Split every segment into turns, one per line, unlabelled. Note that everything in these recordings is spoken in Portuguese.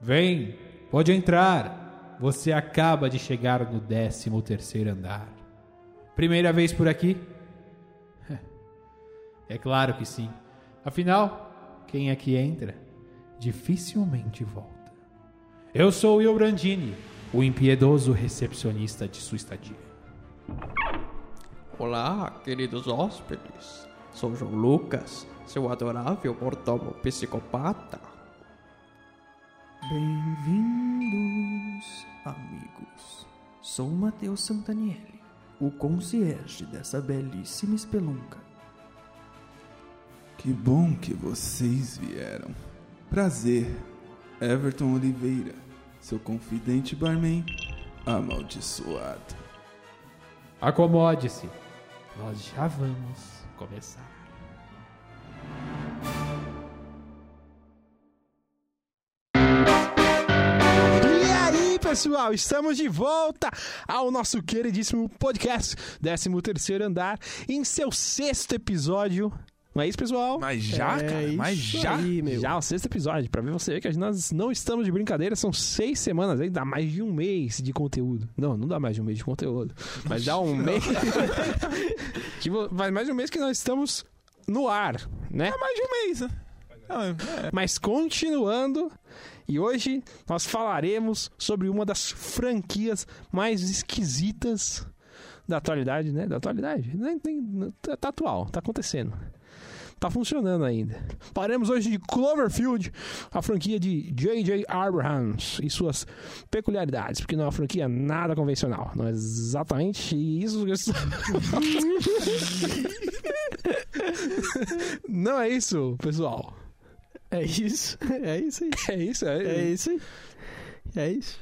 Vem, pode entrar. Você acaba de chegar no 13 terceiro andar. Primeira vez por aqui? É claro que sim. Afinal, quem aqui entra, dificilmente volta. Eu sou o Brandini, o impiedoso recepcionista de sua estadia.
Olá, queridos hóspedes. Sou João Lucas, seu adorável mordomo psicopata. Bem-vindos, amigos. Sou Matheus Santanielli, o concierge dessa belíssima espelunca.
Que bom que vocês vieram. Prazer, Everton Oliveira, seu confidente barman amaldiçoado.
Acomode-se, nós já vamos começar.
E aí, pessoal, estamos de volta ao nosso queridíssimo podcast 13 terceiro andar em seu sexto episódio. Não é isso, pessoal?
Mas já,
É
cara, mas
isso
já.
aí, meu.
Já o sexto episódio, pra ver você ver que nós não estamos de brincadeira, são seis semanas aí, dá mais de um mês de conteúdo. Não, não dá mais de um mês de conteúdo, mas dá um mês. que vo- faz mais de um mês que nós estamos no ar, né? É.
Mais de um mês, né? Ah,
Mas continuando, e hoje nós falaremos sobre uma das franquias mais esquisitas da atualidade, né? Da atualidade. Nem- nem- Tá, tá atual, tá acontecendo. Tá funcionando ainda. Falaremos hoje de Cloverfield, a franquia de J.J. Abrams e suas peculiaridades, porque não é uma franquia nada convencional. Não é exatamente isso que eu estou Não é isso, pessoal.
É isso. É isso aí.
É isso,
É isso aí. É isso.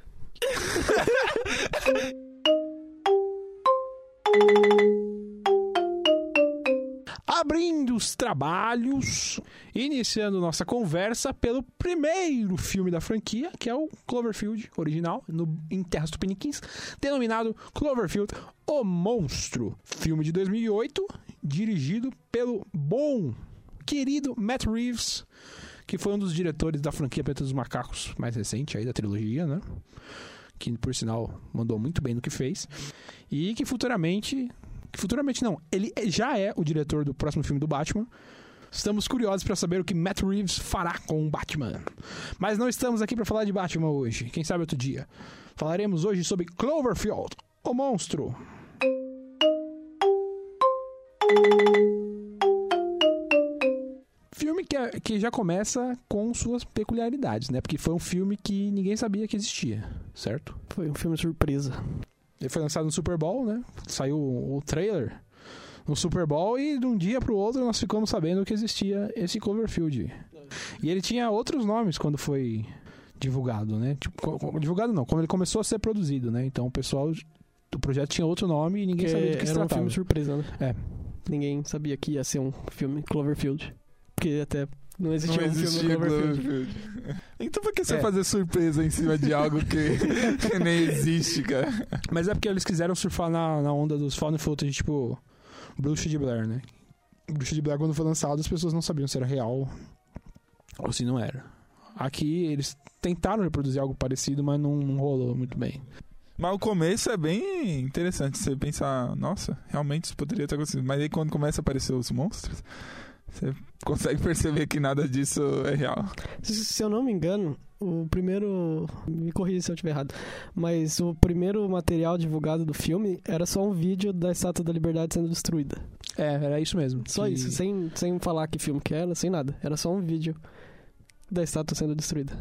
abrindo os trabalhos, iniciando nossa conversa pelo primeiro filme da franquia, que é o Cloverfield original, no, em Terras Tupiniquins, denominado Cloverfield O Monstro. Filme de 2008, dirigido pelo bom, querido Matt Reeves, que foi um dos diretores da franquia Planeta dos Macacos, mais recente aí da trilogia, né? Que, por sinal, mandou muito bem no que fez. E que futuramente que futuramente não, ele é- já é o diretor do próximo filme do Batman. Estamos curiosos para saber o que Matt Reeves fará com o Batman. Mas não estamos aqui para falar de Batman hoje, quem sabe outro dia. Falaremos hoje sobre Cloverfield, o monstro. Filme que, é- que já começa com suas peculiaridades, né? Porque foi um filme que ninguém sabia que existia, certo?
Foi um filme surpresa.
Ele foi lançado no Super Bowl, né? Saiu o trailer no Super Bowl e de um dia pro outro nós ficamos sabendo que existia esse Cloverfield. E ele tinha outros nomes quando foi divulgado, né? Tipo, co- co- divulgado não, quando ele começou a ser produzido, né? Então o pessoal do projeto tinha outro nome e ninguém
Porque
sabia do que se
era um
tratava.
filme surpresa, né?
É.
Ninguém sabia que ia ser um filme Cloverfield. Porque até não existia um filme Cloverfield.
Então por que você
É.
fazer surpresa em cima de algo que, que nem existe, cara?
Mas é porque eles quiseram surfar na, na onda dos found footage, tipo Bruxa de Blair, né? Bruxa de Blair, quando foi lançado, as pessoas não sabiam se era real ou se não era. Aqui eles tentaram reproduzir algo parecido, mas não, não rolou muito bem.
Mas o começo é bem interessante. Você pensar, nossa, realmente isso poderia ter acontecido. Mas aí quando começa a aparecer os monstros, você consegue perceber que nada disso é real.
Se, se eu não me engano, o primeiro. Me corrija se eu estiver errado. Mas o primeiro material divulgado do filme era só um vídeo da Estátua da Liberdade sendo destruída.
É, era isso mesmo.
Só
que-
isso, sem, sem falar que filme que era, sem nada. Era só um vídeo da estátua sendo destruída.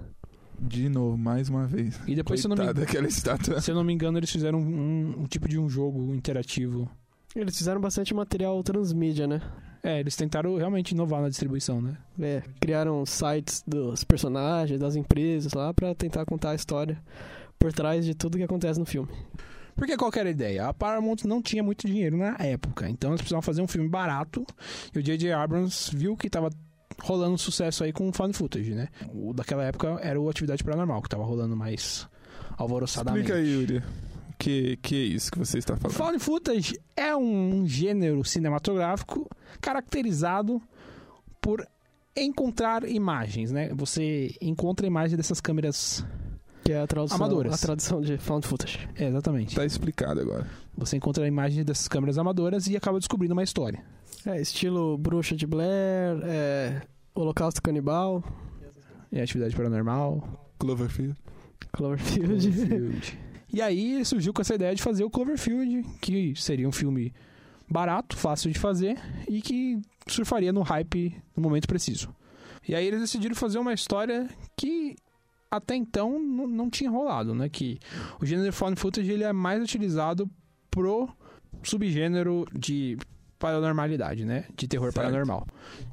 De novo, mais uma vez.
E depois, se eu, não
Coitada
me,
daquela estátua.
se eu não me engano, eles fizeram um, um tipo de um jogo interativo.
Eles fizeram bastante material transmídia, né?
É, eles tentaram realmente inovar na distribuição, né?
É, criaram sites dos personagens, das empresas lá, pra tentar contar a história por trás de tudo que acontece no filme.
Porque qual que era a ideia? A Paramount não tinha muito dinheiro na época, então eles precisavam fazer um filme barato. E o J.J. Abrams viu que tava rolando um sucesso aí com o found footage, né? O daquela época era o Atividade Paranormal, que tava rolando mais alvoroçadamente.
Explica aí, Yuri. O que, que é isso que você está falando?
Found footage é um gênero cinematográfico caracterizado por encontrar imagens, né? Você encontra a imagem dessas câmeras.
Que é a tradução,
Amadoras.
a tradução de found footage.
É, exatamente.
Tá explicado agora.
Você encontra a imagem dessas câmeras amadoras e acaba descobrindo uma história.
É, estilo bruxa de Blair, é, holocausto canibal,
É atividade paranormal.
Cloverfield.
Cloverfield.
e aí ele surgiu com essa ideia de fazer o Cloverfield, que seria um filme barato, fácil de fazer e que surfaria no hype no momento preciso. E aí eles decidiram fazer uma história que até então n- não tinha rolado, né? Que o gênero found footage ele é mais utilizado pro subgênero de paranormalidade, né? De terror
Certo.
paranormal.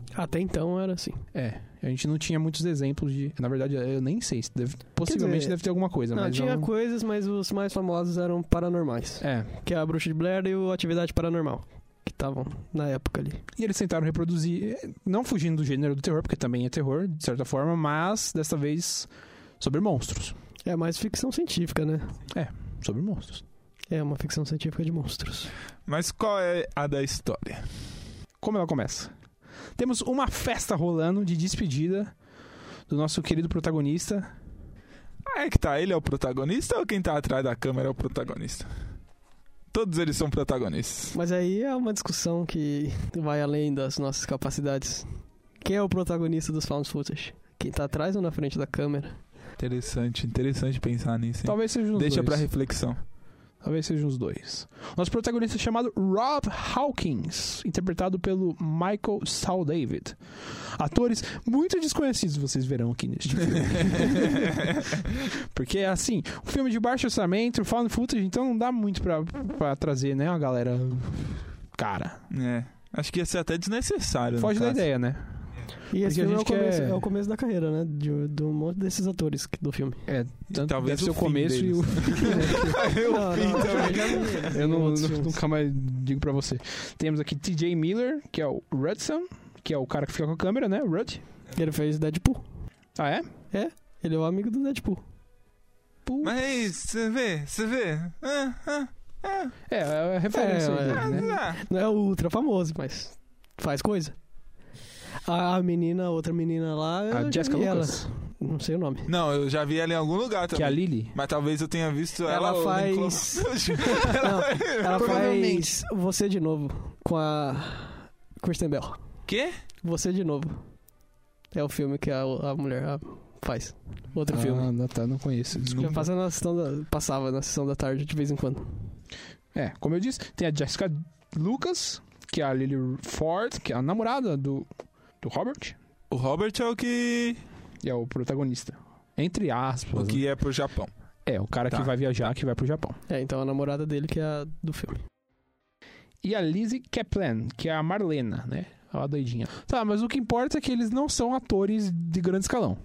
Até então era assim.
É, a gente não tinha muitos exemplos de. Na verdade, eu nem sei. se deve- possivelmente
dizer,
deve ter alguma coisa,
Não,
mas.
tinha
eu não-
coisas, mas os mais famosos eram paranormais.
É.
Que é a bruxa de Blair e o Atividade Paranormal. Que estavam na época ali.
E eles tentaram reproduzir, eh, não fugindo do gênero do terror, porque também é terror, de certa forma, mas dessa vez sobre monstros.
É mais ficção científica, né?
Sobre monstros.
É uma ficção científica de monstros.
Mas qual é a da história?
Como ela começa? Temos uma festa rolando de despedida do nosso querido protagonista.
Ah, é que tá, ele é o protagonista ou quem tá atrás da câmera é o protagonista? Todos eles são protagonistas.
Mas aí é uma discussão que vai além das nossas capacidades. Quem é o protagonista dos found footage? Quem tá atrás ou na frente da câmera?
Interessante, interessante pensar nisso. hein?
Talvez seja os
Deixa pra
dois.
reflexão.
Talvez sejam os dois. Nosso protagonista é chamado Rob Hawkins, interpretado pelo Michael Saul David. Atores muito desconhecidos vocês verão aqui neste filme. Porque é assim, um filme de baixo orçamento, found footage, então não dá muito pra, pra trazer, né, a galera. Cara,
É. Acho que ia ser até desnecessário. no
foge da
caso.
ideia, né? Porque
E esse
a
filme é o,
gente
começo,
quer-
é o começo da carreira, né? De, de um monte desses atores que- do filme.
É, tanto
talvez
deve ser
o
o
fim
começo e o.
Eu
Não,
vi
não,
também.
já-
Eu não,
outros
nu-
filmes.
nunca mais digo pra você. Temos aqui TJ Miller, que é o Rudson, que é o cara que fica com a câmera, né? Rudd.
Ele fez Deadpool.
Ah, é?
Ele é o amigo do Deadpool.
Mas é você vê, você vê. Ah, ah, ah.
É, é a referência
É,
aí
é.
dele, né?
Ah,
Não é ultra famoso, mas faz coisa. A, a menina, a outra menina lá. eu
A
já
Jessica
vi ela.
Lucas,
Não sei o nome.
Não, eu já vi ela em algum lugar
que é
também.
a Lily.
Mas talvez eu tenha visto ela,
Ela
ou no
faz-
close.
Não, ela
Provavelmente.
faz Você de Novo com a Kristen Bell.
Quê?
Você de Novo. É o filme que a, a mulher ah, faz. Outro filme.
Ah, não, tá, não conheço.
Já
Desculpa.
passa na sessão da- passava na sessão da tarde de vez em quando.
É, como eu disse, tem a Jessica Lucas, que é a Lily Ford, que é a namorada do, do Robert,
O Robert é o que.
e é o protagonista. Entre aspas.
O que é pro Japão.
né? É, o cara
Tá.
que vai viajar, que vai pro Japão.
É, então a namorada dele que é a do filme.
E a Lizzie Kaplan, que é a Marlena, né? A doidinha. Tá, mas o que importa é que eles não são atores de grande escalão.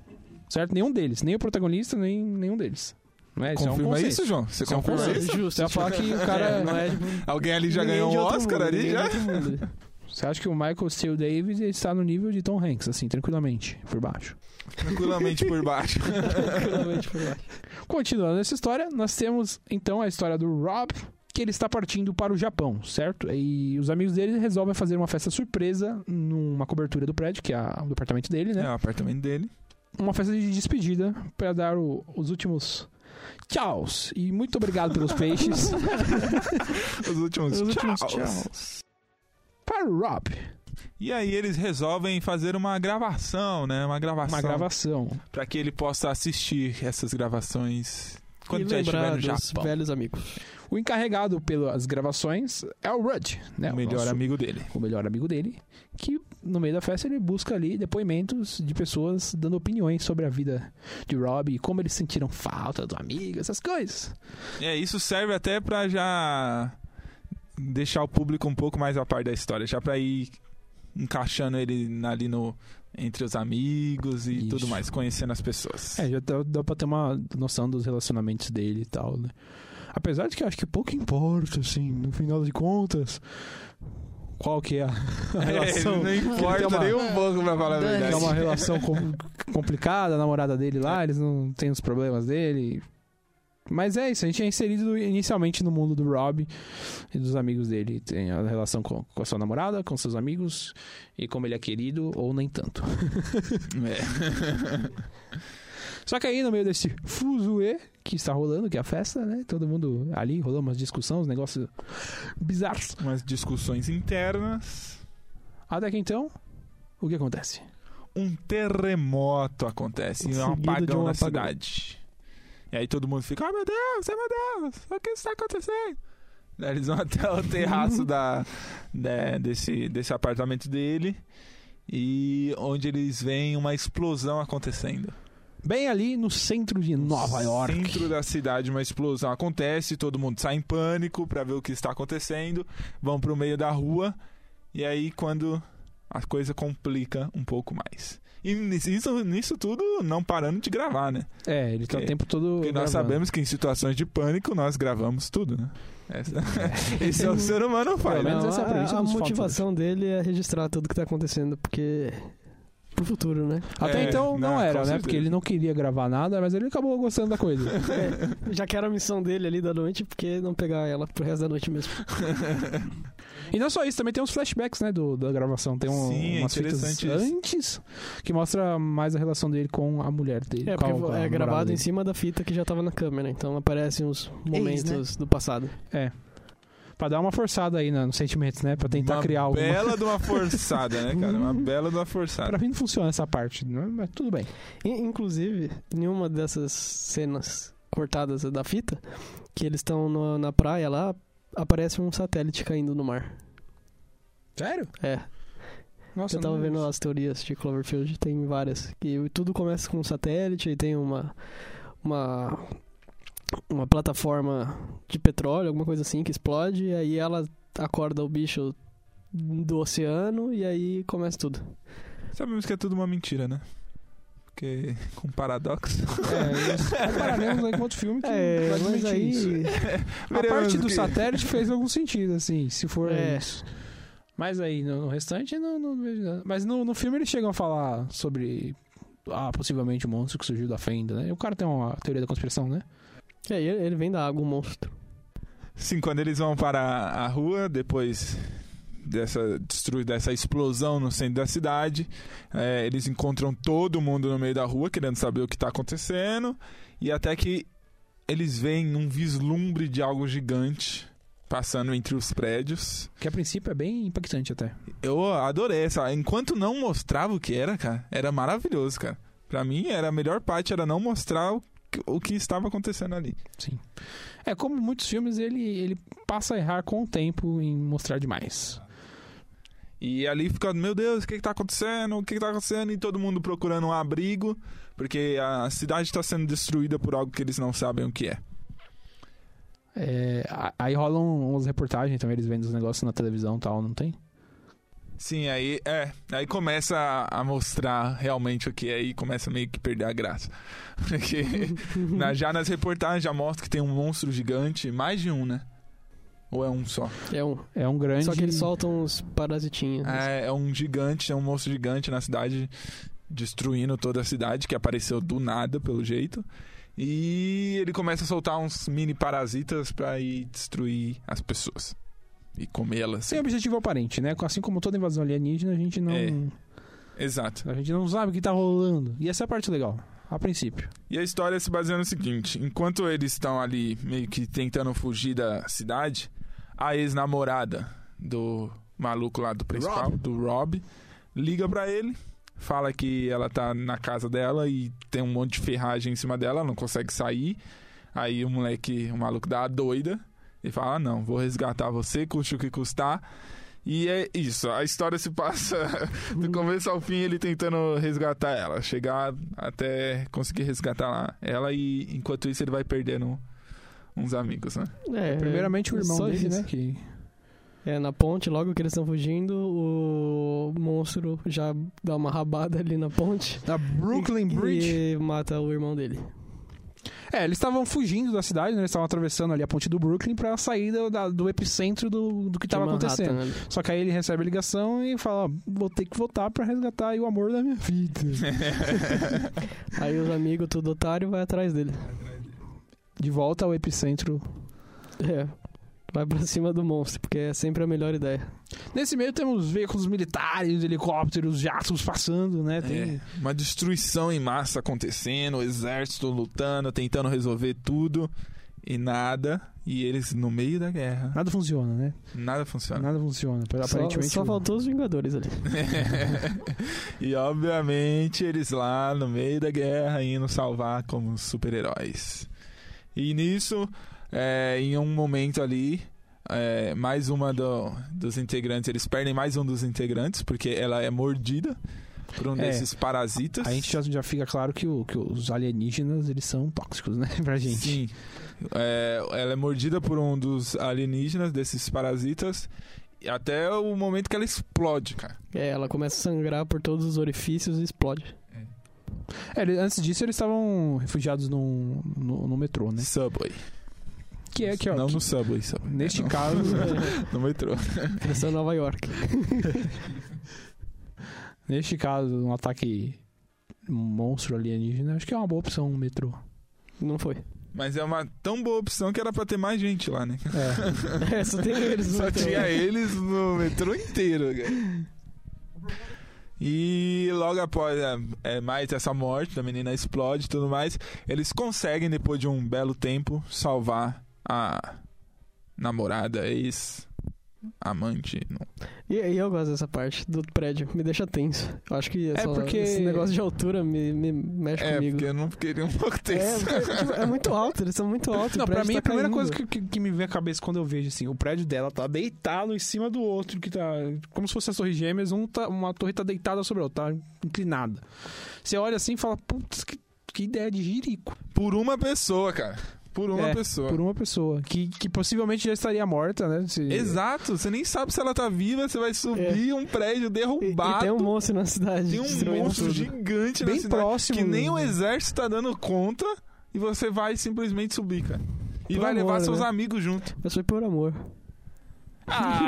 Certo? Nenhum deles. Nem o protagonista, nem nenhum deles. Não é? Isso é um
confirma
consenso.
isso, João? Você
Isso é um
confirma
conceito.
isso?
justo.
Você vai falar que o cara- tipo,
não é
Alguém ali já
ninguém
ganhou
de
um
outro
Oscar
mundo,
ali
ninguém
já?
de outro mundo.
Você acha que o Michael Steele David está no nível de Tom Hanks, assim, tranquilamente, por baixo.
Tranquilamente por baixo.
Tranquilamente por baixo.
Continuando essa história, nós temos então a história do Rob, que ele está partindo para o Japão, certo? E os amigos dele resolvem fazer uma festa surpresa numa cobertura do prédio, que é a- o apartamento dele, né?
É o apartamento dele.
Uma festa de despedida para dar o- os últimos tchauz e muito obrigado pelos peixes
Os últimos,
Os últimos
tchauz.
tchauz. para o Rob.
E aí eles resolvem fazer uma gravação, né? Uma gravação.
Uma gravação.
Pra que ele possa assistir essas gravações
e
é,
quando já
tipo,
estiver
lembrar
no
dos
Japão.
velhos amigos.
O encarregado pelas gravações é o Rudd, né?
o melhor
nosso-
amigo dele.
o melhor amigo dele, que no meio da festa ele busca ali depoimentos de pessoas dando opiniões sobre a vida de Rob e como eles sentiram falta do amigo, essas coisas.
É, isso serve até pra já deixar o público um pouco mais a par da história, já pra ir encaixando ele na- ali no entre os amigos e
Isso.
tudo mais, conhecendo as pessoas.
É, já dá, dá pra ter uma noção dos relacionamentos dele e tal, né? Apesar de que eu acho que pouco importa, assim, no final de contas, qual que é a a relação.
não importa
uma-
nem um pouco pra falar a
Dane-se.
É
verdade.
uma relação com- complicada, a namorada dele lá, eles não têm os problemas dele. Mas é isso, a gente é inserido inicialmente no mundo do Rob e dos amigos dele. Tem a relação com, com a sua namorada, com seus amigos e como ele é querido ou nem tanto.
É.
Só que aí no meio desse fuzuê que está rolando, que é a festa, né? Todo mundo ali rolou umas discussões, uns negócios bizarros.
Umas discussões internas.
Até que então, o que acontece?
Um terremoto acontece. E é um
Seguido
apagão
de um
na
apagão.
cidade. E aí todo mundo fica, ah meu Deus, ah meu Deus, o que está acontecendo? Daí eles vão até o terraço da, da- desse, desse apartamento dele. E onde eles veem uma explosão acontecendo.
Bem ali no centro de Nova York.
Centro da cidade, uma explosão acontece, todo mundo sai em pânico pra ver o que está acontecendo, vão pro meio da rua e aí quando a coisa complica um pouco mais. E nisso, nisso tudo não parando de gravar, né?
É, ele tá o
Porque-
tempo todo.
Porque nós
gravando.
sabemos que em situações de pânico nós gravamos tudo, né? Essa- Esse é o que o ser humano faz.
Pelo menos
Não,
essa é a premissa
a, a
dos
motivação dele é registrar tudo que tá acontecendo, porque. Pro futuro, né?
Até
É,
então não,
não,
era,
com
né?
certeza.
Porque ele não queria gravar nada, mas ele acabou gostando da coisa.
Já que era a missão dele ali da noite, porque não pegar ela pro resto da noite mesmo.
E não só isso, também tem uns flashbacks, né, do, da gravação. Tem um,
Sim, é
umas fitas
interessante isso.
antes que mostra mais a relação dele com a mulher dele.
É,
com a- com
porque
a
é
namorada
gravado em
dele.
cima da fita que já tava na câmera, então aparecem os momentos do passado.
Pra dar uma forçada aí na- nos sentimentos, né? Pra tentar
uma
criar alguma...
bela de uma forçada, né, cara? Uma bela de uma
Pra
forçada.
mim não funciona essa parte, né? mas tudo bem.
E, inclusive, nenhuma dessas cenas cortadas da fita, que eles estão no- na praia lá, aparece um satélite caindo no mar.
Sério?
É,
Nossa,
eu tava
não-
vendo as teorias de Cloverfield, tem várias. Que tudo começa com um satélite e tem uma. Uma. Uma plataforma de petróleo, alguma coisa assim, que explode, e aí ela acorda o bicho do oceano e aí começa tudo.
Sabemos que é tudo uma mentira, né? Porque com paradoxo.
É, isso. Compararemos aí com outro filme que vai
É, mas
desmentir
aí.
isso. A
Veremos
parte do
que-
satélite fez algum sentido, assim, se for
É.
isso. Mas aí, no, no restante, não, não vejo nada. Mas no, no filme eles chegam a falar sobre. Ah, possivelmente o monstro que surgiu da fenda, né? E o cara tem uma teoria da conspiração, né?
É, ele ele vem da água, um monstro.
Sim, quando eles vão para a rua, depois dessa, destru- dessa explosão no centro da cidade, é, eles encontram todo mundo no meio da rua querendo saber o que está acontecendo, e até que eles veem um vislumbre de algo gigante passando entre os prédios.
Que a princípio é bem impactante até.
Eu adorei essa. Enquanto não mostrava o que era, cara, era maravilhoso, cara. Pra mim, era a melhor parte era não mostrar o que- o que estava acontecendo ali.
É como muitos filmes, ele, ele passa a errar com o tempo em mostrar demais.
E ali fica, meu Deus, o que, que tá acontecendo? O que, que tá acontecendo? E todo mundo procurando um abrigo, porque a cidade tá sendo destruída por algo que eles não sabem o que é.
É, a- aí rolam umas reportagens também, eles vendo os negócios na televisão e tal, não tem?
Sim, aí é. Aí começa a, a mostrar realmente o que é e começa meio que perder a graça. Porque na- já nas reportagens já mostra que tem um monstro gigante, mais de um, né? Ou é um só?
É um.
É um grande.
Só que eles soltam os parasitinhos.
Ah,
É, é um gigante, é um monstro gigante na cidade, destruindo toda a cidade, que apareceu do nada, pelo jeito. E ele começa a soltar uns mini parasitas pra ir destruir as pessoas e comê-las.
Sem objetivo aparente, né? Assim como toda invasão alienígena, a gente não.
É. Exato.
A gente não sabe o que tá rolando. E essa é a parte legal, a princípio.
E a história se baseia no seguinte: enquanto eles estão ali meio que tentando fugir da cidade, a ex-namorada do maluco lá do principal, do Rob, liga pra ele, fala que ela tá na casa dela e tem um monte de ferragem em cima dela, não consegue sair. Aí o moleque, o maluco dá a doida e fala: ah, "Não, vou resgatar você, custe o que custar". E é isso, a história se passa do começo ao fim ele tentando resgatar ela, chegar até conseguir resgatar lá ela e enquanto isso ele vai perdendo uns amigos, né?
É,
Primeiramente o irmão
só
dele,
isso.
né? Que
É, na ponte, logo que eles estão fugindo, o monstro já dá uma rabada ali na ponte.
da Brooklyn
e-
Bridge.
E mata o irmão dele.
É, eles estavam fugindo da cidade, né? Eles estavam atravessando ali a ponte do Brooklyn pra sair do, da- do epicentro do, do que tava
De Manhattan,
acontecendo.
né?
Só que aí ele recebe a ligação e fala: ó, vou ter que voltar pra resgatar aí o amor da minha vida.
Aí os amigos, tudo otário, vai atrás dele.
de volta ao epicentro.
É. Vai pra cima do monstro, porque é sempre a melhor ideia.
Nesse meio temos veículos militares, helicópteros, jatos passando, né? Tem-
É, uma destruição em massa acontecendo, o exército lutando, tentando resolver tudo e nada. E eles no meio da guerra.
Nada funciona, né?
Nada funciona.
Nada funciona. Aparentemente.
Ah. só, só
o-
faltou os Vingadores ali.
e obviamente eles lá no meio da guerra indo salvar como super-heróis. E nisso, é, em um momento ali, é, mais uma do- dos integrantes, eles perdem mais um dos integrantes, porque ela é mordida por um
É.
desses parasitas.
A gente já, já fica claro que, o- que os alienígenas, eles são tóxicos, né? Pra gente.
Sim. É, ela é mordida por um dos alienígenas, desses parasitas, e até o momento que ela explode, cara.
É, ela começa a sangrar por todos os orifícios e explode.
É, ele- antes disso, eles estavam refugiados num, no, no metrô, né?
Subway.
Que é que, ó,
Não
que-
no Subway, Subway.
neste
É, não.
caso...
No metrô.
Versão é Nova York.
Neste caso, um ataque monstro alienígena, acho que é uma boa opção um metrô.
Não foi.
Mas é uma tão boa opção que era pra ter mais gente lá, né?
É.
É, só tem eles no
Só
metrô.
tinha eles no metrô inteiro, cara. E logo após é, é, mais essa morte, da menina explode e tudo mais, eles conseguem, depois de um belo tempo, salvar a namorada, ex-amante. não-
E, e eu gosto dessa parte do prédio. Me deixa tenso. Eu acho que essa-
porque-
esse negócio de altura me, me mexe
É,
comigo.
porque eu não fiquei um pouco
É,
tenso.
porque, tipo, é muito alto, eles são muito altos.
Não, tipo,
o
pra
prédio
mim
tá
a primeira
caindo.
coisa que, que- que me vem à cabeça quando eu vejo assim, o prédio dela tá deitado em cima do outro, que tá. Como se fosse as torres gêmeas, um tá- uma torre tá deitada sobre a outra, tá inclinada. Você olha assim e fala, putz, que, que ideia de jirico.
Por uma pessoa, cara. Por uma
É,
um
pessoa.
Por uma pessoa. Que, que possivelmente já estaria morta, né? Se-
Exato, você nem sabe se ela tá viva, você vai subir um prédio
É. E, e
derrubado.
tem um monstro na cidade.
Tem um
destruindo
monstro
tudo.
gigante na
Bem
cidade
próximo.
que nem o exército tá dando conta e você vai simplesmente subir, cara. E
Pelo
vai levar
amor,
seus
né?
amigos junto.
Mas foi por amor.
Ah,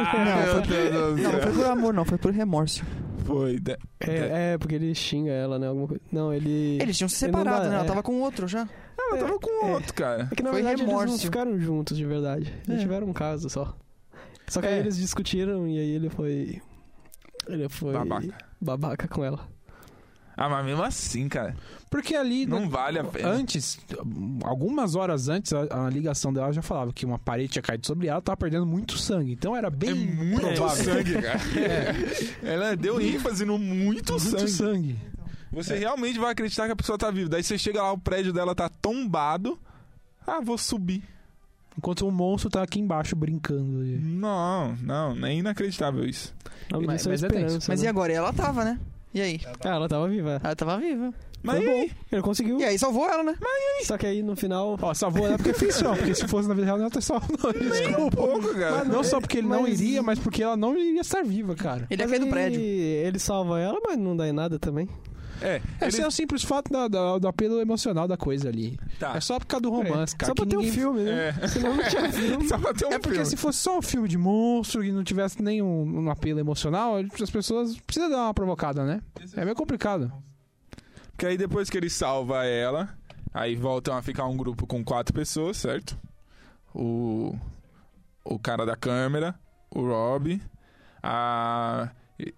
meu Deus do
Não, não
céu.
foi por amor, não, foi por remorso.
Foi. de-
É, é, porque ele xinga ela, né? Alguma coisa. Não, ele.
Eles tinham se
Ele não
separado,
dá-
né? Ela
é.
tava com outro já.
Ela tava com
é.
outro, cara.
É que na
Foi
verdade eles
remorso.
não ficaram juntos de verdade. Eles
É.
tiveram um caso só. Só que aí
É.
eles discutiram e aí ele foi. Ele foi.
Babaca.
babaca com ela.
Ah, mas mesmo assim, cara.
Porque ali. né,
Não é. vale a pena.
Antes, algumas horas antes, a, a ligação dela já falava que uma parede tinha caído sobre ela, tava perdendo muito sangue. Então era bem
É muito
provável.
sangue, cara. Ela deu ênfase no muito,
Muito
sangue.
sangue.
Você realmente vai acreditar que a pessoa tá viva. Daí você chega lá, o prédio dela tá tombado. Ah, vou subir.
Enquanto o monstro tá aqui embaixo brincando. de-
Não, não, é inacreditável isso.
Não,
mas-
mas,
mas é tenso.
Mas e agora? E ela tava, né? E aí?
Ah, ela tava viva.
Ela tava viva.
Mas
Foi
e aí?
Ele conseguiu.
E aí salvou ela, né?
Só que aí no final.
Ó, salvou ela porque é ficção, porque se fosse na vida real, não ia ter salvo, não.
um
Desculpa.
pouco, cara.
Não só porque ele não
é, Mas-
iria, mas porque ela não iria estar viva, cara.
Ele ia
mas
cair do
ele-
prédio.
Ele salva ela, mas não dá em nada também.
É,
Esse é o simples fato da- da- do apelo emocional da coisa ali.
tá.
É só por causa do romance, cara.
Só pra
que
ter um
ninguém-
filme, né?
É.
Senão não tinha filme.
Só pra ter um
É porque
filme.
se fosse só um filme de monstro e não tivesse nenhum um apelo emocional, as pessoas precisam dar uma provocada, né? É meio complicado.
Porque aí depois que ele salva ela, aí voltam a ficar um grupo com quatro pessoas, certo? O. O cara da câmera, o Rob, a. e-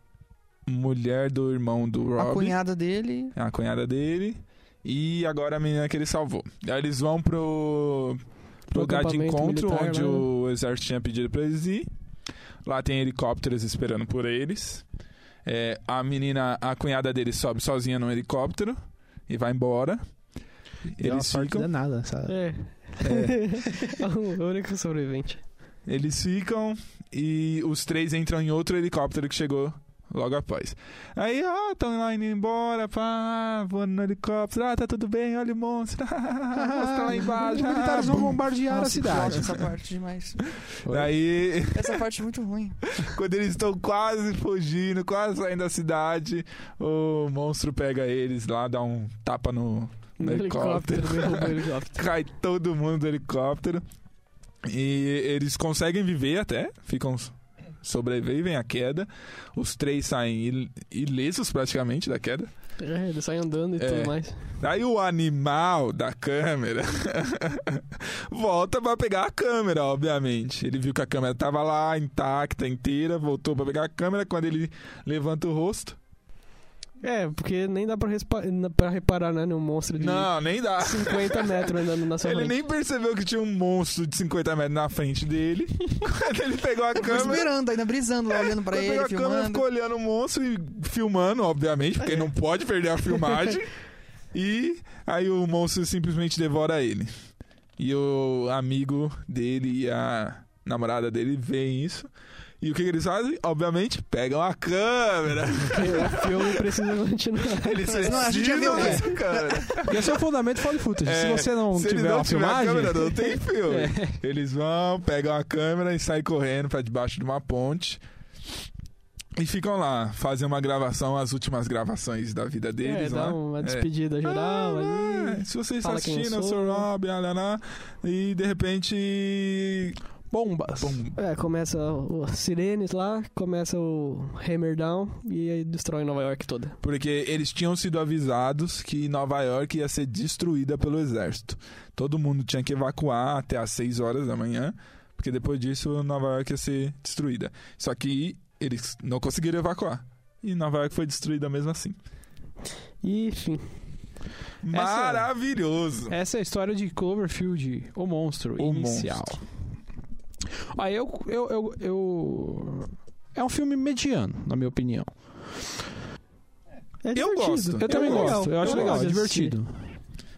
Mulher do irmão do Rob.
A cunhada dele.
a É cunhada dele. E agora a menina que ele salvou. Aí eles vão pro, pro
Pro
lugar de
acampamento
encontro
militar
onde
lá, né?
o exército tinha pedido pra eles ir. Lá tem helicópteros esperando por eles. É, a menina, a cunhada dele sobe sozinha no helicóptero e vai embora. Eles ficam,
nada, sabe?
É. É. o único sobrevivente.
eles ficam e os três entram em outro helicóptero que chegou logo após. Aí, ó, estão lá indo embora, pá, voando no helicóptero, ah, tá tudo bem, olha o monstro, ah, o monstro tá lá
Os
embaixo. ah,
militares vão
bum.
bombardear a
Nossa,
cidade.
que ódio Essa parte demais.
Aí,
Essa parte é muito ruim.
quando eles estão quase fugindo, quase saindo da cidade, o monstro pega eles lá, dá um tapa no.
No
Helicóptero.
Um helicóptero, derrubou o helicóptero.
Cai todo mundo do helicóptero. E eles conseguem viver até, ficam. Sobrevivem à queda. Os três saem il- ilesos praticamente da queda.
É, ele sai andando e
É.
tudo mais.
Aí o animal da câmera volta pra pegar a câmera, obviamente. Ele viu que a câmera tava lá intacta, inteira, voltou pra pegar a câmera. Quando ele levanta o rosto.
É, porque nem dá pra, respa- na- pra reparar, né, num monstro de
Não, nem dá.
50 metros andando na sua
Ele
frente.
nem percebeu que tinha um monstro de 50 metros na frente dele. Quando ele pegou a
Ficou
câmera.
esperando, ainda brisando lá, olhando pra
Quando pegou a
ele,
câmera,
filmando. É.
ficou olhando o monstro e filmando, obviamente, porque não pode perder a filmagem. e aí o monstro simplesmente devora ele. E o amigo dele e a namorada dele veem isso. E o que, que eles fazem? Obviamente, pegam a câmera.
Porque o filme precisa continuar.
Eles
não, a gente já
precisam
viu
dessa câmera.
E esse é o fundamento found footage.
É,
se você não
Se eles
tiver
não
uma
tiver a
filmagem...
câmera, não tem filme.
É.
Eles vão, pegam a câmera e saem correndo pra debaixo de uma ponte. E ficam lá, fazem uma gravação, as últimas gravações da vida
É,
deles lá.
dá uma despedida geral
Ah,
ali.
é. Se vocês
fala quem eu
assistiram, eu sou
sou.
Rob, alaná, e de repente.
Bombas.
Pum.
É, começa o as sirenes lá, começa o Hammer Down e aí destrói Nova York toda.
Porque eles tinham sido avisados que Nova York ia ser destruída pelo exército. Todo mundo tinha que evacuar até às 6 horas da manhã, porque depois disso Nova York ia ser destruída. Só que eles não conseguiram evacuar. E Nova York foi destruída mesmo assim.
E, enfim,
Maravilhoso!
Essa é a história de Cloverfield, o monstro
O
inicial. Aí eu, eu, eu, eu- É um filme mediano, na minha opinião.
é
Eu
divertido.
gosto.
Eu, também
gosto.
gosto. Eu acho
Eu
legal,
gosto
é
de assistir.
divertido.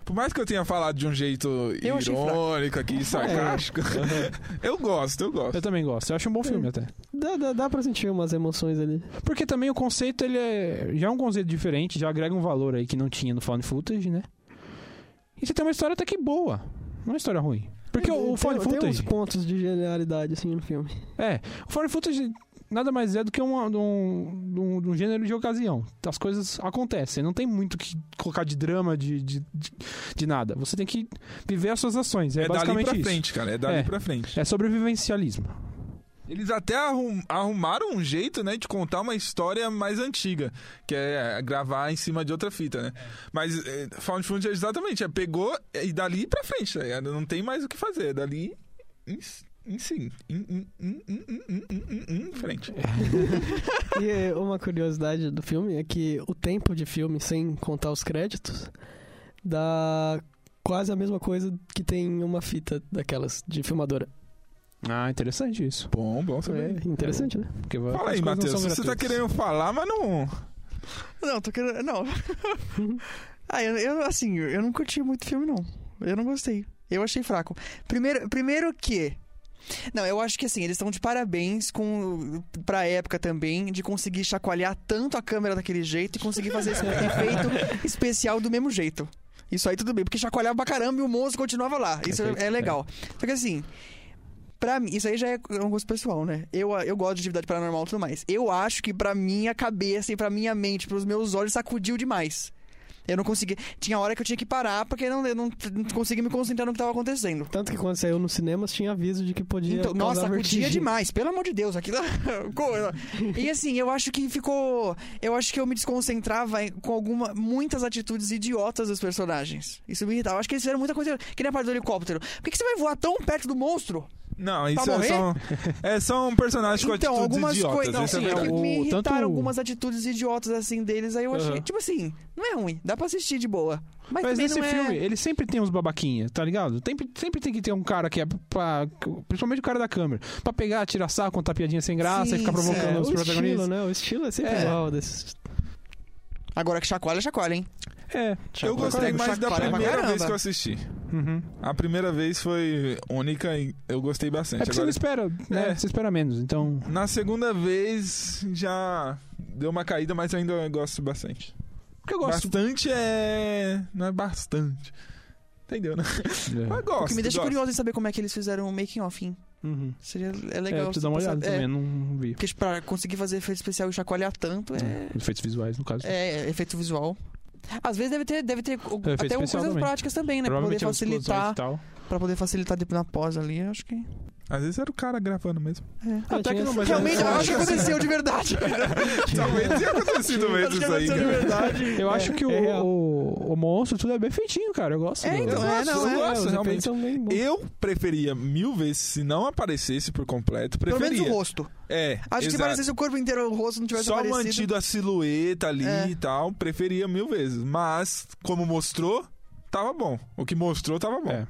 Por mais que eu tenha falado de um jeito
Eu achei fraco.
irônico
É.
aqui, sarcástico, eu gosto, eu gosto.
Eu também gosto. Eu acho um bom filme até.
Dá, dá, dá pra sentir umas emoções ali.
Porque também o conceito, ele é. Já é um conceito diferente, já agrega um valor aí que não tinha no Found Footage, né? E você tem uma história até que boa. Não é uma história ruim. Porque o, o
tem,
Found
tem uns
Footage.
pontos de genialidade, assim, no filme.
É, o Found Footage nada mais é do que uma- de um, de um, de um gênero de ocasião. As coisas acontecem, não tem muito o que colocar de drama, de, de, de, de nada. Você tem que viver as suas ações. É,
É dali
basicamente
pra
isso.
frente, cara. É dali
É.
pra frente.
É sobrevivencialismo.
Eles até arrum- arrumaram um jeito, né, de contar uma história mais antiga, que é gravar em cima de outra fita, né? Mas é, Found Footage é exatamente, é, pegou e dali pra frente, tá ligado? Não tem mais o que fazer, é dali em, em sim, em, em, em, em, em, em, em, em, em frente.
É.
E eh, uma curiosidade do filme é que o tempo de filme, sem contar os créditos, dá quase a mesma coisa que tem uma fita daquelas de filmadora.
Ah, interessante isso.
Bom, bom
É
saber.
interessante, né?
Porque
Fala aí,
as coisas não
Matheus,
são
você tá
gratuitas.
querendo falar, mas não...
Não, tô querendo. Não. ah, eu, eu, assim, eu não curti muito filme, não. Eu não gostei. Eu achei fraco. Primeiro, primeiro que. Não, eu acho que assim, eles estão de parabéns com pra época também de conseguir chacoalhar tanto a câmera daquele jeito e conseguir fazer esse efeito especial do mesmo jeito. Isso aí tudo bem, porque chacoalhava pra caramba e o monstro continuava lá. Isso é- é
Perfeito,
legal. Só que assim, Pra mim, isso aí já é um gosto pessoal, né? Eu, eu gosto de atividade paranormal e tudo mais. Eu acho que pra minha cabeça e pra minha mente, pros meus olhos, sacudiu demais. Eu não consegui. Tinha hora que eu tinha que parar, porque não, eu não, não conseguia me concentrar no que tava acontecendo.
Tanto que quando saiu nos cinemas tinha aviso de que podia.
Então, nossa,
causar
sacudia
vertigem.
demais, pelo amor de Deus, aquilo. coisa. e assim, eu acho que ficou. Eu acho que eu me desconcentrava em- com alguma, muitas atitudes idiotas dos personagens. Isso me irritava. Eu acho que eles fizeram muita coisa. Que nem a parte do helicóptero. Por que, que você vai voar tão perto do monstro?
Tá
Não, isso é,
morrer?
só, é só um personagem com
Então,
atitudes
algumas
idiotas.
coisas.
isso é
assim,
verdade.
que
o-
me irritaram
tanto-
algumas atitudes idiotas assim deles. Aí eu achei,
Aham.
tipo assim, não é ruim, dá pra assistir de boa.
Mas
Mas, também
nesse
não é-
filme, ele sempre tem uns babaquinhas, tá ligado? Sempre, sempre tem que ter um cara que é pra, Principalmente o cara da câmera. Pra pegar, tirar saco, contar piadinha sem graça
Sim,
e ficar provocando
É,
os
o estilo,
protagonistas.
né? O estilo é sempre
É.
igual desses.
Agora que chacoalha, chacoalha, hein?
É.
Eu gostei
Chacoalha
mais da
pra
primeira
caramba.
vez que eu assisti.
Uhum.
A primeira vez foi única e eu gostei
É
bastante.
porque você não
Agora,
espera, né?
É.
Você espera menos, então.
na segunda vez já deu uma caída, mas ainda eu gosto bastante.
Porque eu gosto.
Bastante é. Não é bastante. Entendeu, né?
é.
Mas gosto.
É. o que me deixa
gosto.
curioso em saber como é que eles fizeram o making off, hein?
Uhum.
Seria é
É, eu
legal.
preciso dar uma
saber-
olhada
é,
também, eu não vi.
Porque pra conseguir fazer efeito especial e chacoalhar tanto é,
Efeitos visuais, no caso.
é efeito visual. Às vezes deve ter, deve ter
Efeito
o- até
especial
coisas
também.
práticas também, né? Pra poder
umas explosões
facilitar
é
É.
e tal.
Pra poder facilitar depois na pós ali, eu acho que.
Às vezes era o cara gravando mesmo.
Ah,
Até que
tinha- É
não, mas
Realmente, eu
eu
acho que aconteceu de verdade.
Talvez tenha acontecido mesmo
acho que
isso aí, né?
aconteceu de
cara.
verdade.
Eu acho que o,
é real.
o, o monstro tudo é bem feitinho, cara. Eu gosto.
É,
do-
então, é, não, é.
Nossa,
os
realmente.
efeitos são bem bons.
Eu preferia mil vezes se não aparecesse por completo.
Pelo menos
Preferia.
o rosto.
É.
Acho que se
exato.
parecesse o corpo inteiro, o rosto não tivesse
Só
aparecido.
mantido a silhueta ali
É.
e tal, preferia mil vezes. Mas, como mostrou, tava bom. O que mostrou tava bom.
É.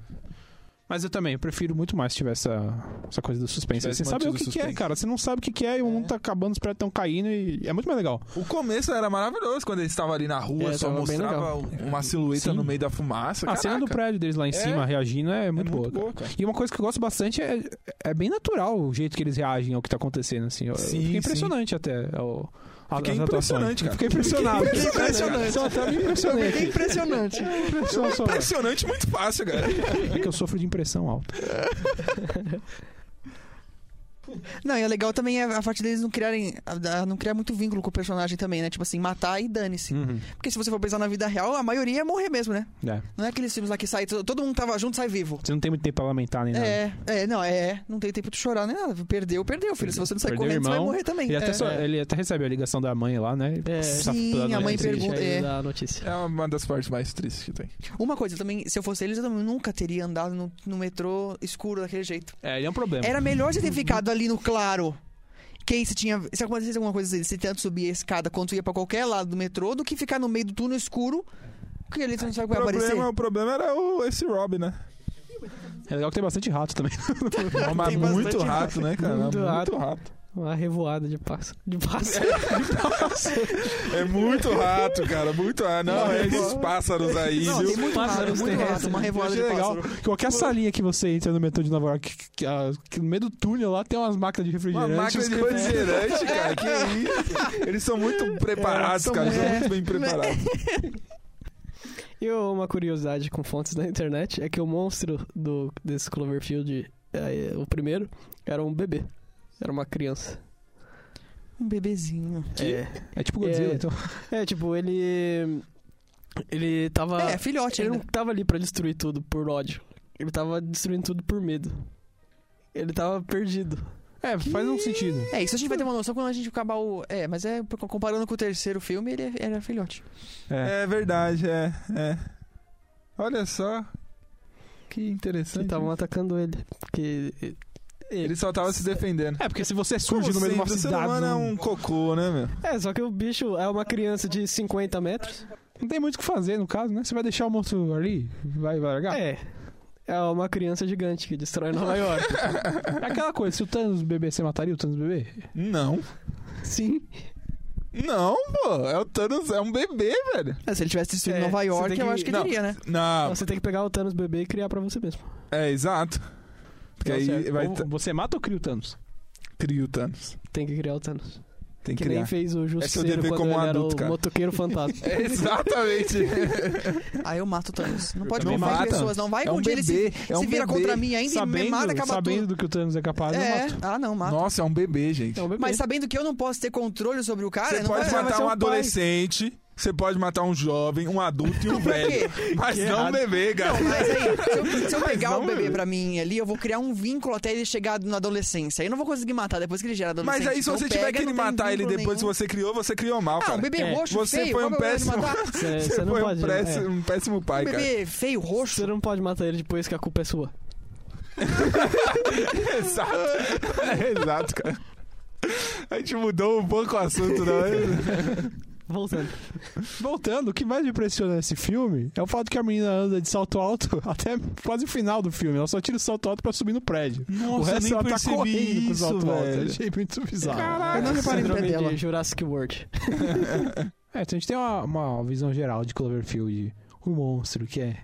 Mas eu também, eu prefiro muito mais se tivesse essa, essa coisa do suspense.
Tivesse
Você sabe o
mantido
que,
o
que é,
suspense.
cara. Você não sabe o que, que é e o mundo tá acabando, os prédios estão caindo e é muito mais legal.
O começo era maravilhoso quando eles estavam ali na rua,
É,
só
tava bem
mostrava
legal.
uma silhueta
Sim.
no meio da fumaça.
A cena do
Caraca,
prédio deles lá em cima reagindo é muito,
é
boa, cara. E uma coisa que eu gosto bastante é, é bem natural o jeito que eles reagem ao que tá acontecendo, assim. Eu,
Sim,
eu fiquei
sim.
impressionante até. Eu,
Fiquei
as atuações.
impressionante, cara.
Fiquei impressionado.
Fiquei É impressionante.
Só até me impressionei.
Fiquei
aqui.
impressionante.
Só- só-
É Impressionante, muito fácil, cara.
É que eu sofro de impressão alta.
Não, e é legal também é a parte deles não criarem. a- a- não criar muito vínculo com o personagem também, né? Tipo assim, matar e dane-se.
Hum.
Porque se você for pensar na vida real, a maioria é morrer mesmo, né?
É.
Não é aqueles filmes lá que sai, to- todo mundo tava junto sai vivo.
Você não tem muito tempo pra lamentar nem nada.
É, é, não, é. Não tem tempo de chorar nem nada. Perdeu, perdeu, filho. Se você não sair
Perdeu o
correndo, você vai
irmão.
morrer também.
Ele até,
É.
só- ele até recebe a ligação da mãe lá, né?
É.
Tá
Sim,
dando
a mãe
essa-
pergunta-
Aí
é.
da notícia.
É uma das partes mais tristes que tem.
Uma coisa também, se eu fosse eles, eu também nunca teria andado no, no metrô escuro daquele jeito.
É, ele é um problema.
Era melhor você ter ficado ali no claro. Que aí se tinha. Se acontecesse alguma coisa assim, se tanto subir a escada quanto ia pra qualquer lado do metrô, do que ficar no meio do túnel escuro. Que ali você não sabe o que vai aparecer.
Problema, o problema era o, esse Rob, né?
É legal que tem bastante rato também.
Mas
Tem
muito
bastante
rato, né, cara? Muito,
Muito
rato.
rato. Uma revoada de pássaro. De pássaro.
É muito rato, cara. Muito rato. Não, é esses pássaros aí,
Não,
viu? é
tem muito rato,
Pássaros
muito rato, uma
Eu
revoada de
achei legal.
pássaro.
Qualquer salinha que você entra no metrô de Nova York, que, que- a- que no meio do túnel lá tem umas máquinas de
Uma
refrigerante.
máquina
os
de
caras-
refrigerante, cara. Que é isso? Eles são muito preparados,
são
cara. Eles são muito
muito-
bem preparados.
E uma curiosidade com fontes da internet é que o monstro do, desse Cloverfield, é, é, o primeiro, era um bebê. Era uma criança.
Um bebezinho.
É,
É tipo Godzilla,
É.
então.
é, tipo, ele. Ele tava.
É, filhote
ele Ah, não
ainda.
tava ali pra destruir tudo por ódio. Ele tava destruindo tudo por medo. Ele tava perdido.
É, faz um sentido.
É, isso a gente vai ter uma noção quando a gente acabar o. É, mas é por- comparando com o terceiro filme, ele é- era filhote.
É.
É verdade, é. é. Olha só. Que
Que
interessante.
estavam atacando ele. Porque.
Ele
Ele...
só tava se defendendo.
É, porque se você surge no
Como
meio de uma
sempre, o ser
cidade.
humano é
não-
um cocô, né, meu?
É, só que o bicho é uma criança de 50 metros.
Não tem muito o que fazer, no caso, né? Você vai deixar o monstro ali? Vai, vai largar?
É. É uma criança gigante que destrói Nova York.
É aquela coisa, se o Thanos bebê, você mataria o Thanos bebê?
Não.
Sim.
Não, pô. É o Thanos, é um bebê, velho.
É, se ele tivesse destruído
É,
Nova
você
York,
tem
eu
que-
acho que
não.
teria, né?
Não,
Você tem que pegar o Thanos bebê e criar pra você mesmo.
é exato. Porque
Tá
aí
certo.
vai
Ou
t-
Você mata ou cria o Thanos?
cria o Thanos.
Tem que criar o Thanos.
Tem que
Que
criar.
nem fez o Justiceiro
dever
quando
como
ele era
adulto,
o
cara.
motoqueiro fantasma.
É, Exatamente.
Aí Ah, eu mato o Thanos. Não pode
também
confiar em
mato.
pessoas, não. Vai que
É um
um dia ele se,
bebê. É um
se vira
bebê.
contra mim ainda e me
sabendo
mata, acaba
sabendo
tudo.
do que o Thanos é capaz, eu
É,
mato.
ah não, mata.
Nossa, é um bebê, gente.
É um bebê.
Mas sabendo que eu não posso ter controle sobre o cara,
Você
Ah, não
pode
vai...
vai
matar
ser
um
o pai.
adolescente, você pode matar um jovem, um adulto e um
Pra quê?
velho. Mas
Que
não um
errado.
bebê, cara.
Mas aí, se eu, se eu pegar
não,
o bebê
meu.
pra mim ali, eu vou criar um vínculo até ele chegar na adolescência. Aí eu não vou conseguir matar depois que ele gera adolescência.
Mas aí, se
Então
você
pega,
tiver que
não tem
matar ele
vínculo
depois que
nenhum.
você criou, você criou mal,
Ah, um
cara.
bebê
É,
roxo,
você
feio,
foi um
como eu vou
péssimo-
matar?
Você,
Você,
É, você não
foi um
pode.
né?
péssimo, um péssimo
Um
pai, cara.
bebê feio,
é.
roxo.
Você não pode matar ele depois que a culpa é sua.
Exato. Exato, cara. A gente mudou um pouco o assunto, não é?
Voltando.
Voltando, o que mais me impressiona nesse filme é o fato que a menina anda de salto alto até quase o final do filme. Ela só tira o salto alto pra subir no prédio. o
Nossa,
resto ela tá correndo com o
isso,
salto alto. Eu
velho.
achei muito bizarro.
Ah,
Caraca,
não reparei no pé
Síndrome
dela.
de Jurassic World.
É, então a gente tem uma, uma visão geral de Cloverfield, o monstro, que é